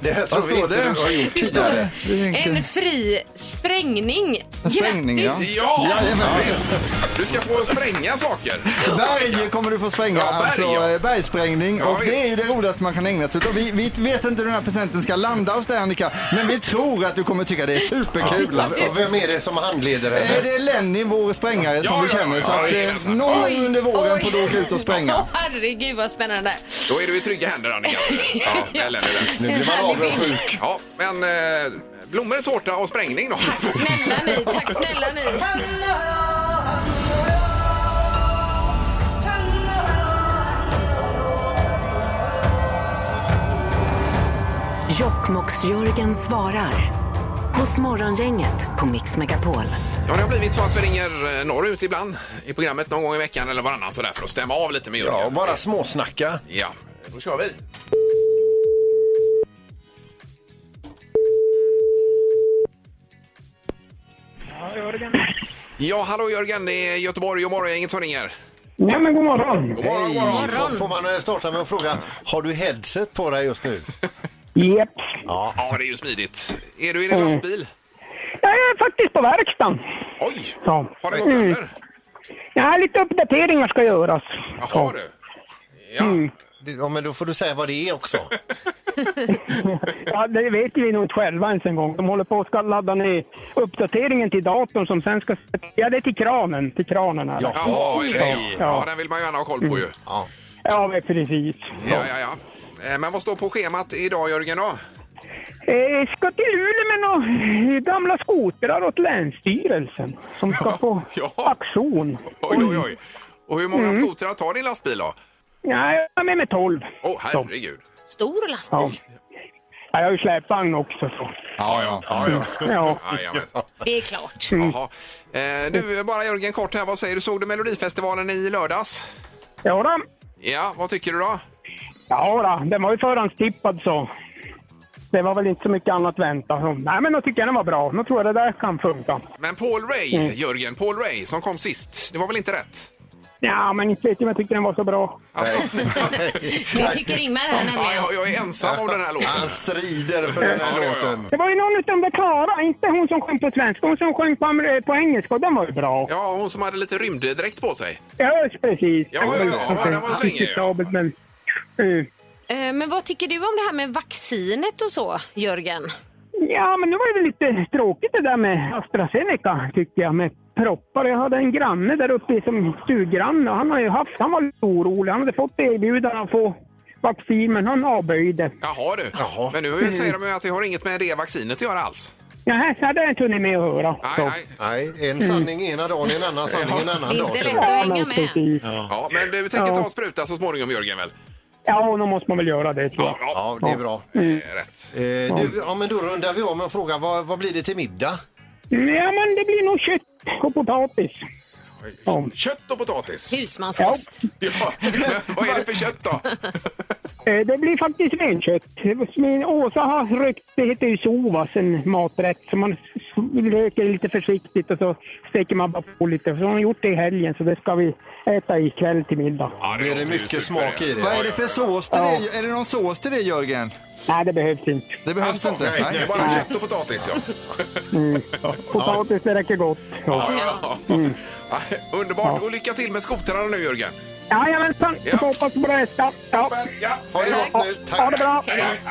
Speaker 3: Det här tror
Speaker 4: Vad
Speaker 3: vi
Speaker 4: står det?
Speaker 3: inte du har gjort
Speaker 4: Hur står
Speaker 3: tidigare.
Speaker 5: En fri sprängning.
Speaker 4: En sprängning, ja.
Speaker 5: Grattis!
Speaker 2: Ja,
Speaker 4: Jajamän.
Speaker 2: visst. Du ska få spränga saker.
Speaker 4: Berg kommer du få spränga,
Speaker 2: Ja, berg,
Speaker 4: alltså
Speaker 2: ja.
Speaker 4: eh, bergsprängning.
Speaker 2: Ja,
Speaker 4: och
Speaker 2: visst.
Speaker 4: det är ju det roligaste man kan ägna sig åt. Och Vi, vi vet inte hur den här presenten ska landa hos dig Annika, men vi tror att du kommer tycka det är superkul.
Speaker 3: Ja.
Speaker 4: alltså.
Speaker 3: Och vem är det som handleder
Speaker 4: Eh,
Speaker 3: henne?
Speaker 4: Det är Lenny, vår sprängare, som
Speaker 3: Ja,
Speaker 4: vi
Speaker 3: ja,
Speaker 4: känner.
Speaker 3: ja,
Speaker 4: så att,
Speaker 3: ja,
Speaker 4: eh,
Speaker 3: visst.
Speaker 4: någon
Speaker 3: Oj,
Speaker 4: under våren
Speaker 5: oj.
Speaker 4: får du åka ut och spränga.
Speaker 5: Åh, herregud vad spännande.
Speaker 2: Då är du i trygga händer, Annika. Ja, väl är det där.
Speaker 5: Nu blir man avundsjuk.
Speaker 2: Ja, men eh, blommor, tårta och sprängning då.
Speaker 5: Snälla ni, tack snälla ni.
Speaker 1: Jokkmokks-Jörgen svarar. Hos Morgongänget på Mix Megapol.
Speaker 2: Ja, det har blivit så att vi ringer eh, norrut ibland i programmet någon gång i veckan eller varannan sådär för att stämma av lite med Jörgen.
Speaker 3: Ja, bara småsnacka.
Speaker 2: Ja, då kör vi. Ja, hallå Jörgen, det är Göteborg och Morgongänget som ringer.
Speaker 3: Ja, men god morgon.
Speaker 2: God morgon, god morgon.
Speaker 3: Får, får man eh, starta med att fråga, har du headset på dig just nu?
Speaker 13: Jep.
Speaker 2: Ja. det är ju smidigt. Är du i din
Speaker 13: Mm.
Speaker 2: lastbil?
Speaker 13: Jag är faktiskt på verkstaden.
Speaker 2: Oj!
Speaker 13: Så.
Speaker 2: Har det gått sönder?
Speaker 13: Ja, lite uppdateringar ska göras.
Speaker 2: Jaha du. Ja.
Speaker 3: ja, men då får du säga vad det är också.
Speaker 13: Ja, det vet vi nog inte själva ens en gång. De håller på att ska ladda ner uppdateringen till datorn som sen ska... Ja, det är till kranen. Till kranen här.
Speaker 2: Jaha,
Speaker 13: ja.
Speaker 2: nej. Ja,
Speaker 13: Ja.
Speaker 2: den vill man ju gärna ha koll på ju. Ja,
Speaker 13: ja, men precis.
Speaker 2: ja, ja. Eh, Men vad står på schemat idag Jörgen då?
Speaker 13: Eh, ska till Luleå med några gamla skotrar åt Länsstyrelsen som ska få aktion. Mm.
Speaker 2: Oj, oj, oj. Och hur många skotrar tar din lastbil då?
Speaker 13: Ja, jag är med med tolv.
Speaker 2: Åh, oh, herregud.
Speaker 5: Stor lastbil.
Speaker 13: Ja. Ja, jag har ju släpvagn också. Så.
Speaker 2: Ja, ja. ja,
Speaker 13: Ja.
Speaker 2: Jajamensan.
Speaker 5: Det är klart.
Speaker 2: Jaha. Eh, nu bara Jörgen kort här, vad säger du? Såg du Melodifestivalen i lördags?
Speaker 13: Ja, då.
Speaker 2: Ja, vad tycker du då?
Speaker 13: Ja, då, den var ju förhandstippad så. Det var väl inte så mycket annat väntat. Så, Nej, men då tycker jag den var bra. Nu tror jag det där kan funka.
Speaker 2: Men Paul Ray,
Speaker 13: Mm.
Speaker 2: Jörgen, Paul Ray som kom sist, det var väl inte rätt?
Speaker 13: Ja, men inte vet jag om jag tycker den var så bra.
Speaker 2: Alltså,
Speaker 5: Det tycker Ingmar här
Speaker 2: ja,
Speaker 5: nämligen.
Speaker 2: jag, jag är ensam om den här låten.
Speaker 3: Han strider för den här låten.
Speaker 13: Det var ju någon utom det Klara, inte hon som sjöng på svenska, hon som sjöng på, amer- på engelska och den var ju bra.
Speaker 2: Ja, hon som hade lite rymddräkt på sig.
Speaker 13: Ja, precis.
Speaker 2: Ja, ja, ja, ja, den var svängig, ja.
Speaker 13: Diskutabelt, men... eh,
Speaker 5: Eh, Men vad tycker du om det här med vaccinet och så, Jörgen?
Speaker 13: Ja, men nu var det väl lite tråkigt det där med AstraZeneca tycker jag med proppar. Jag hade en granne där uppe som stugranne och han har ju haft, han var lite orolig. Han hade fått erbjudan att få vaccin men han avböjde.
Speaker 2: Jaha du. Men nu
Speaker 13: Mm.
Speaker 2: säger de ju att det har inget med det vaccinet att göra alls.
Speaker 13: Nej, så hade jag inte hunnit med att höra.
Speaker 2: Nej, nej.
Speaker 3: nej en sanning ena dagen, en annan sanning en annan dag.
Speaker 13: lätt att hänga med.
Speaker 2: Ja, men du tänker ta
Speaker 13: Ja.
Speaker 2: en spruta så småningom Jörgen väl?
Speaker 13: Ja, och då måste man väl göra det tror jag.
Speaker 3: Ja, det är bra.
Speaker 13: Mm.
Speaker 2: Rätt.
Speaker 3: Eh, du, ja, men då rundar vi om och frågar, vad, vad blir det till middag?
Speaker 13: Ja, men det blir nog kött och potatis.
Speaker 2: Kött och potatis?
Speaker 5: Husmanskost.
Speaker 2: Ja, men vad är det för kött då?
Speaker 13: Eh, Det blir faktiskt renkött. Min Åsa har rökt, det heter ju sovas, en maträtt. Så man s- röker lite försiktigt och så steker man bara på lite. Så har hon gjort det i helgen så det ska vi äta ikväll till middag.
Speaker 3: det är det mycket smak i det.
Speaker 4: Vad är det för sås till
Speaker 13: Ja.
Speaker 4: det? Är det någon sås till det Jörgen?
Speaker 13: Nej, det behövs inte.
Speaker 4: Det behövs
Speaker 2: Alltså,
Speaker 4: inte?
Speaker 2: nej, det är bara kött och potatis ja.
Speaker 13: Mm. Potatis, det räcker gott.
Speaker 2: Ja, ja, ja.
Speaker 3: Mm.
Speaker 2: Ja, Underbart och lycka till med skotrarna nu Jörgen.
Speaker 13: Jajamensan,
Speaker 2: Ja.
Speaker 13: hoppas på det bästa. Ja.
Speaker 2: Ja,
Speaker 3: Ha det gott nu.
Speaker 13: Ha det bra.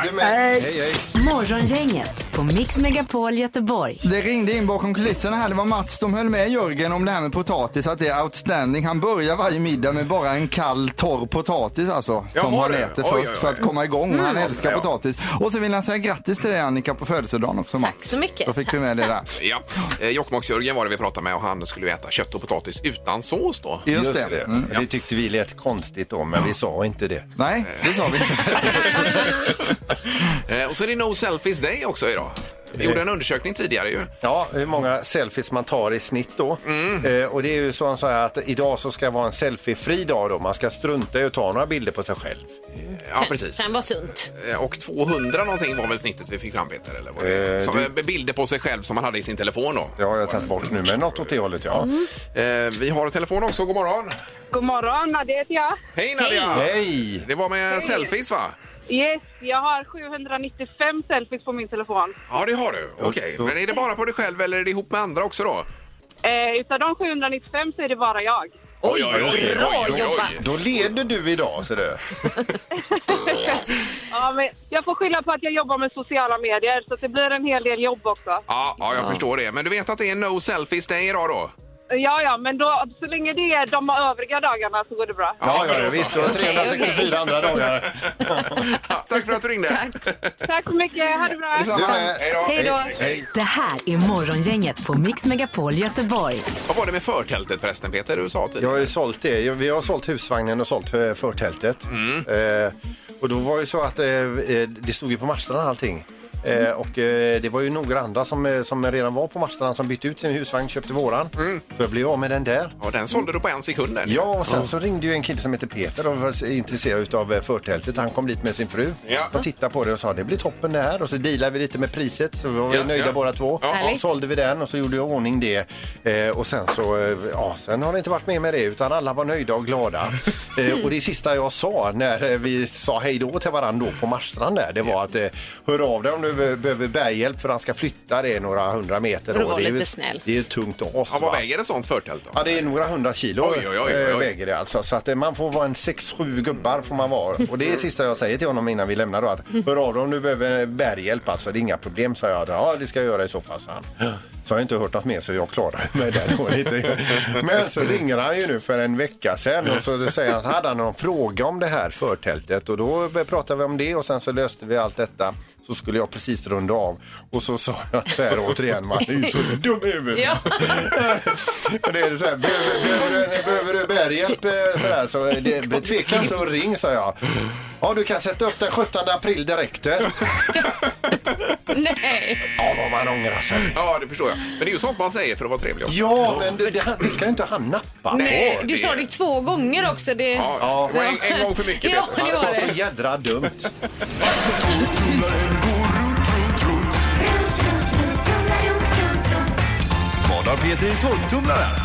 Speaker 3: Du med.
Speaker 13: Hej.
Speaker 3: Hej, hej.
Speaker 1: Morgongänget på Mix Megapol Göteborg.
Speaker 4: Det ringde in bakom kulisserna här. Det var Mats som höll med Jörgen om det här med potatis, att det är outstanding. Han börjar varje middag med bara en kall, torr potatis alltså.
Speaker 2: Ja,
Speaker 4: som
Speaker 2: var
Speaker 4: han
Speaker 2: det?
Speaker 4: äter
Speaker 2: Oj,
Speaker 4: först
Speaker 2: oj, oj.
Speaker 4: för att komma igång.
Speaker 2: Mm.
Speaker 4: Han älskar
Speaker 2: Ja.
Speaker 4: potatis. Och så vill han säga grattis till dig Annika på födelsedagen också Mats. Tack
Speaker 5: så mycket.
Speaker 4: Då fick vi med det där.
Speaker 2: Ja. Eh, Jokkmokks-Jörgen var det vi pratade med och han skulle ju äta kött och potatis utan sås då.
Speaker 3: Just det.
Speaker 4: Mm.
Speaker 3: Mm. Det tyckte vi lät konstigt då, men vi sa inte det.
Speaker 4: Nej, det sa vi
Speaker 2: Eh, Och så är det No Selfies Day också idag. Vi
Speaker 3: Eh.
Speaker 2: gjorde en undersökning tidigare ju.
Speaker 3: Ja, hur många selfies man tar i snitt då. Eh, och det är ju så så här att idag så ska vara en selfiefri dag då. Man ska strunta i att ta några bilder på sig själv.
Speaker 2: Ja, precis.
Speaker 5: Kan vara sunt.
Speaker 2: Eh, Och 200 någonting var väl snittet vi fick fram, Peter? Eller var det?
Speaker 3: Eh,
Speaker 2: som
Speaker 3: du-
Speaker 2: eh, bilder på sig själv som man hade i sin telefon då.
Speaker 3: Det har jag tagit bort nu, men något åt det hållet ja.
Speaker 2: Eh, vi har telefon också, god morgon.
Speaker 12: God morgon, det heter jag.
Speaker 2: Hej Nadia!
Speaker 3: Hej!
Speaker 2: Det var med
Speaker 12: Hej.
Speaker 2: selfies va?
Speaker 12: Yes, jag har 795 selfies på min telefon.
Speaker 2: Ja, det har du. Okej. Men är det bara på dig själv eller är det ihop med andra också då?
Speaker 12: Eh, utav de 795 så är det bara jag.
Speaker 2: Oj, oj, oj,
Speaker 3: Bra
Speaker 2: oj, oj,
Speaker 3: jobbat!
Speaker 2: oj.
Speaker 3: Då leder du idag, ser du.
Speaker 12: Ja, men jag får skylla på att jag jobbar med sociala medier, så att det blir en hel del jobb också.
Speaker 2: Ja, ja jag förstår det. Men du vet att det är no selfies day idag då?
Speaker 12: Ja, ja, men då, så länge det är de övriga dagarna så går det bra.
Speaker 3: Ja, ja, ja visst. Du har 364 andra dagar.
Speaker 2: Tack för att du ringde.
Speaker 12: Tack så mycket, ha det bra!
Speaker 2: Detsamma. Hej då.
Speaker 1: Hej då. Det här är Morgongänget på Mix Megapol Göteborg.
Speaker 2: Vad var det med förtältet förresten Peter, du sa tidigare?
Speaker 3: Jag har ju sålt det. Vi har sålt husvagnen och sålt eh, förtältet. Eh, och då var ju så att eh, eh, det stod ju på masterna allting. Eh, och eh, det var ju några andra som, eh, som redan var på masterna som bytte ut sin husvagn, köpte våran. Så jag blev av med den där.
Speaker 2: Ja, den sålde du på en sekund. den.
Speaker 3: Ja, och sen så ringde ju en kille som heter Peter och var intresserad av förtältet. Han kom dit med sin fru
Speaker 2: Ja.
Speaker 3: och tittade på det och sa det blir toppen det här. Och så dealade vi lite med priset så vi var
Speaker 2: Ja,
Speaker 3: nöjda
Speaker 2: ja.
Speaker 3: båda två.
Speaker 2: Ja.
Speaker 3: Och sålde vi den och så gjorde jag i ordning det. Eh, och sen så, eh, ja, sen har det inte varit mer med det utan alla var nöjda och glada. eh, och det sista jag sa när eh, vi sa hej då till varandra då på Marstrand där, det var att eh, hör av dig om du be- behöver bärhjälp för han ska flytta det några hundra meter.
Speaker 5: För att
Speaker 3: då.
Speaker 5: vara
Speaker 3: det är ju-
Speaker 5: lite snäll.
Speaker 3: Det är ju ett tungt as.
Speaker 2: Ja, vad
Speaker 3: va?
Speaker 2: väger ett sånt förtält då?
Speaker 3: Ja, det är några hundra kilo
Speaker 2: Oj, oj, oj, oj, oj.
Speaker 3: eh, väger det alltså. Så att eh, man får vara en sex, sju gubbar får man vara. Och det är det sista jag säger till honom innan vi lämnar då att hör av dig om du behöver bärhjälp alltså. Det är inga problem, sa jag. Ja, det ska jag göra i så fall, sa han. Så har jag inte hört något mer så jag klarar mig där då lite. Men så ringer han ju nu för en vecka sedan och så säger han att hade han någon fråga om det här förtältet och då pratade vi om det och sen så löste vi allt detta. Så skulle jag precis runda av och så sa jag så här återigen, man är ju så dum i huvudet.
Speaker 5: Ja.
Speaker 3: Och det är så här, behöver, behöver, du- behöver du bärhjälp? eh, Så, där, så det, det- tveka inte och ring, sa jag. Ja, du kan sätta upp den 17 april direkt. eh.
Speaker 5: Nej.
Speaker 3: Ja, vad man ångrar sig.
Speaker 2: Ja, det förstår jag. Men det är ju sånt man säger för att vara trevlig också.
Speaker 3: Ja, men du, det, här- det ska ju inte han nappa
Speaker 5: Nej,
Speaker 3: på.
Speaker 5: du sa det två gånger också. Det...
Speaker 2: Ja, det var en- en gång för mycket,
Speaker 5: Ja,
Speaker 2: Peter.
Speaker 5: det
Speaker 3: Det
Speaker 5: var
Speaker 3: var
Speaker 5: det.
Speaker 3: så jädra dumt.
Speaker 14: Vad har Peter i torktumlaren?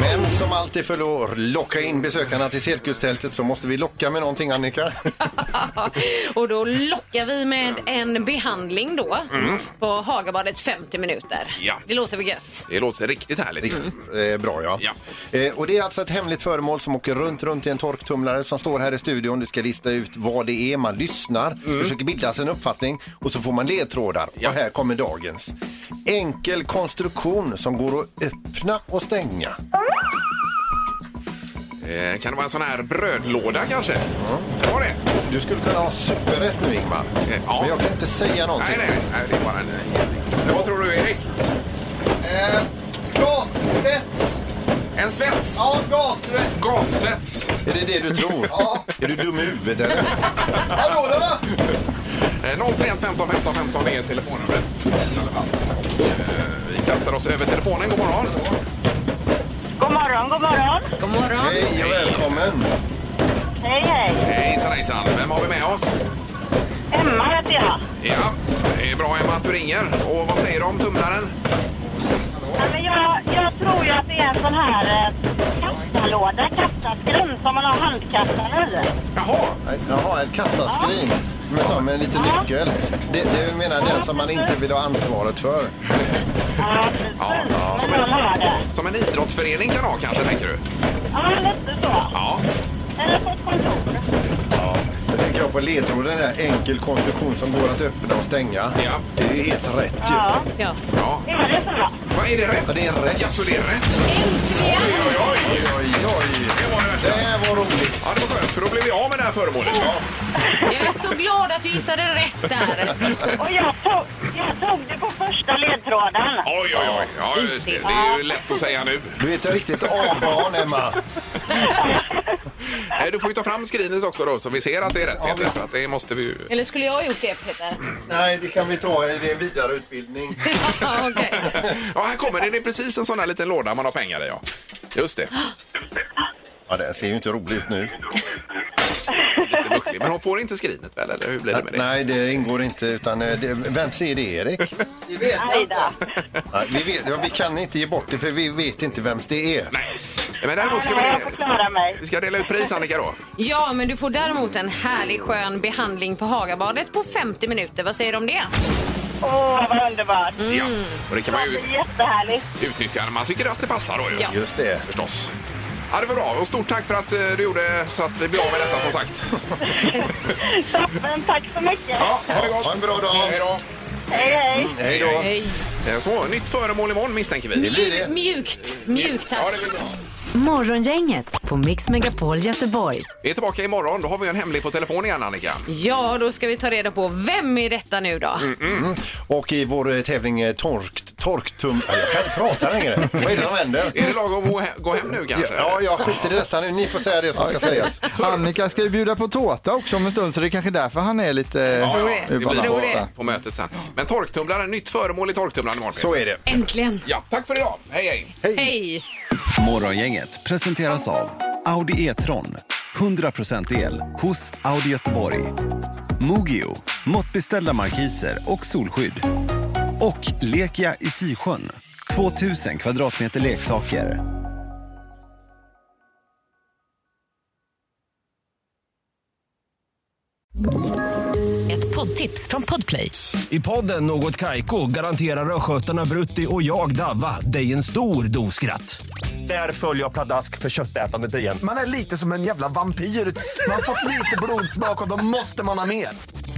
Speaker 3: Men som alltid för att locka in besökarna till cirkustältet så måste vi locka med någonting, Annika.
Speaker 5: Och då lockar vi med en behandling då på Hagabadet 50 minuter.
Speaker 2: Mm. Ja.
Speaker 5: Det låter väl gött?
Speaker 2: Det låter riktigt härligt.
Speaker 3: Eh, bra ja. Eh, och det är alltså ett hemligt föremål som åker runt, runt i en torktumlare som står här i studion. Du ska lista ut vad det är, man lyssnar,
Speaker 2: Mm.
Speaker 3: försöker bilda sig en uppfattning och så får man ledtrådar. Och här kommer dagens. Enkel konstruktion som går att öppna och stänga.
Speaker 2: Eh, kan det vara en sån här brödlåda kanske? Det var det.
Speaker 3: Du skulle kunna ha superrätt nu Ingmar.
Speaker 2: Eh, ja.
Speaker 3: Men jag kan inte säga någonting.
Speaker 2: Nej, nej, nej, det är bara en eh, gissning. Men vad tror du, Erik?
Speaker 3: Eh,
Speaker 4: Gassvets!
Speaker 2: En svets?
Speaker 4: Ja, gassvets!
Speaker 2: Gassvets?
Speaker 3: Är det det du tror?
Speaker 4: Ja.
Speaker 3: Är du dum i huvudet eller?
Speaker 4: Hallå där va?
Speaker 2: Eh, 031 15 15 15 är telefonnumret. I alla fall. Eh, Vi kastar oss över telefonen. God morgon!
Speaker 6: God morgon, god morgon.
Speaker 5: God morgon.
Speaker 3: Hej och välkommen!
Speaker 6: Hej, hej.
Speaker 2: Hejsan, hejsan! Vem har vi med oss?
Speaker 6: Emma heter jag.
Speaker 2: Ja, det är bra Emma att du ringer. Och vad säger du om tumlaren?
Speaker 6: Ja, men jag, jag tror ju att det är en sån här eh, kassalåda, kassaskrin som man har handkassan i.
Speaker 2: Jaha!
Speaker 3: Jaha, ett kassaskrin. Med, så, med en liten nyckel. Det, det menar den som man inte vill ha ansvaret för.
Speaker 2: Ja, som, en, som en idrottsförening kan ha kanske, tänker du?
Speaker 6: Ja, lite så.
Speaker 2: Ja.
Speaker 6: Eller på ett kontor.
Speaker 3: Jag tänkte tänker jag på ledtråden där, enkel konstruktion som går att öppna och stänga. Det är ju helt rätt ju.
Speaker 6: Ja.
Speaker 5: Ja.
Speaker 2: ja.
Speaker 6: Är det så?
Speaker 2: Vad är det rätt? Ja, det är rätt. Jaså, det är rätt? Äntligen! Oj, oj, oj, oj, oj. Det var det värsta. Det var roligt. Ja, det var skönt, för då blev vi av med det här föremålet. Ja.
Speaker 5: Jag är så glad att du gissade rätt där.
Speaker 6: Och jag tog, jag tog det på första ledtråden.
Speaker 2: Oj, oj, oj. Ja, just det. det är ju lätt att säga nu.
Speaker 3: Du är ett riktigt A-barn, Emma.
Speaker 2: Eh, Du får ju ta fram skrinet också då, så vi ser att det är rätt, Peter. För att det måste vi ju...
Speaker 5: Eller skulle jag ha gjort det, Peter?
Speaker 3: Nej, det kan vi ta i en vidareutbildning.
Speaker 5: Ja, okej.
Speaker 2: Ja, här kommer det. Det är precis en sån här liten låda man har pengar i, ja. Just det.
Speaker 3: Ja, det ser ju inte roligt ut nu.
Speaker 2: Lite bucklig. Men hon får inte skrinet väl, eller hur blir det med det?
Speaker 3: Nej, det ingår inte. Utan, eh, det, vem är det, Erik?
Speaker 6: Vi vet inte.
Speaker 3: Ja, vi, vet, ja, vi kan inte ge bort det, för vi vet inte vems det är.
Speaker 2: Nej. Men däremot ska vi,
Speaker 6: Jag får klara mig.
Speaker 2: vi ska dela ut pris, Annika, då.
Speaker 5: Ja, men du får däremot en härlig skön behandling på Hagabadet på 50 minuter. Vad säger du om det?
Speaker 6: Åh, vad underbart.
Speaker 2: Ja, och det kan man ju
Speaker 6: Det är jättehärligt.
Speaker 2: utnyttja när man tycker att det passar då ju.
Speaker 5: Ja.
Speaker 3: Just det.
Speaker 2: Förstås. Ja, det var bra. Och stort tack för att eh, du gjorde så att vi blev av med detta, som sagt.
Speaker 6: Toppen, tack så mycket.
Speaker 2: Ja, ha det gott.
Speaker 3: Ha en bra dag.
Speaker 2: Hej då.
Speaker 6: Hej, hej.
Speaker 3: Hej då.
Speaker 2: Eh, Så, nytt föremål imorgon misstänker vi.
Speaker 5: Mjukt, mjukt, mjukt
Speaker 2: Ja,
Speaker 5: tack.
Speaker 2: det blir bra.
Speaker 1: Morgongänget på Mix Megapol Göteborg.
Speaker 2: Vi är tillbaka imorgon. Då har vi en hemlig på telefon igen, Annika.
Speaker 5: Ja, då ska vi ta reda på vem är detta nu då?
Speaker 3: Och i vår eh, tävling eh, torkt, Torktum... Ja, Jag kan inte prata längre. Vad är det som händer?
Speaker 2: Är det lagom att gå he- gå hem nu kanske?
Speaker 3: Ja, jag skiter i detta nu. Ni får säga det som ska sägas.
Speaker 4: Annika ska ju bjuda på tårta också om en stund så det är kanske därför han är lite...
Speaker 2: Ja,
Speaker 5: tror
Speaker 2: ja,
Speaker 5: det.
Speaker 2: det blir
Speaker 5: Jag tror
Speaker 2: på,
Speaker 5: det.
Speaker 2: på mötet sen. Men torktumlaren, nytt föremål i torktumlaren imorgon.
Speaker 3: Så är det.
Speaker 5: Äntligen.
Speaker 2: Ja, tack för idag. Hej, hej.
Speaker 5: Hej!
Speaker 14: Morgongänget presenteras av Audi E-tron. 100% el hos Audi Göteborg. Mogio, måttbeställda markiser och solskydd. Och Lekia i Sisjön, 2000 kvadratmeter leksaker.
Speaker 1: Ett poddtips från Podplay.
Speaker 15: I podden Något Kaiko garanterar östgötarna Brutti och jag, Davva, dig en stor dos skratt. Där följer jag pladask för köttätandet igen.
Speaker 16: Man är lite som en jävla vampyr. Man har fått lite blodsmak och då måste man ha mer.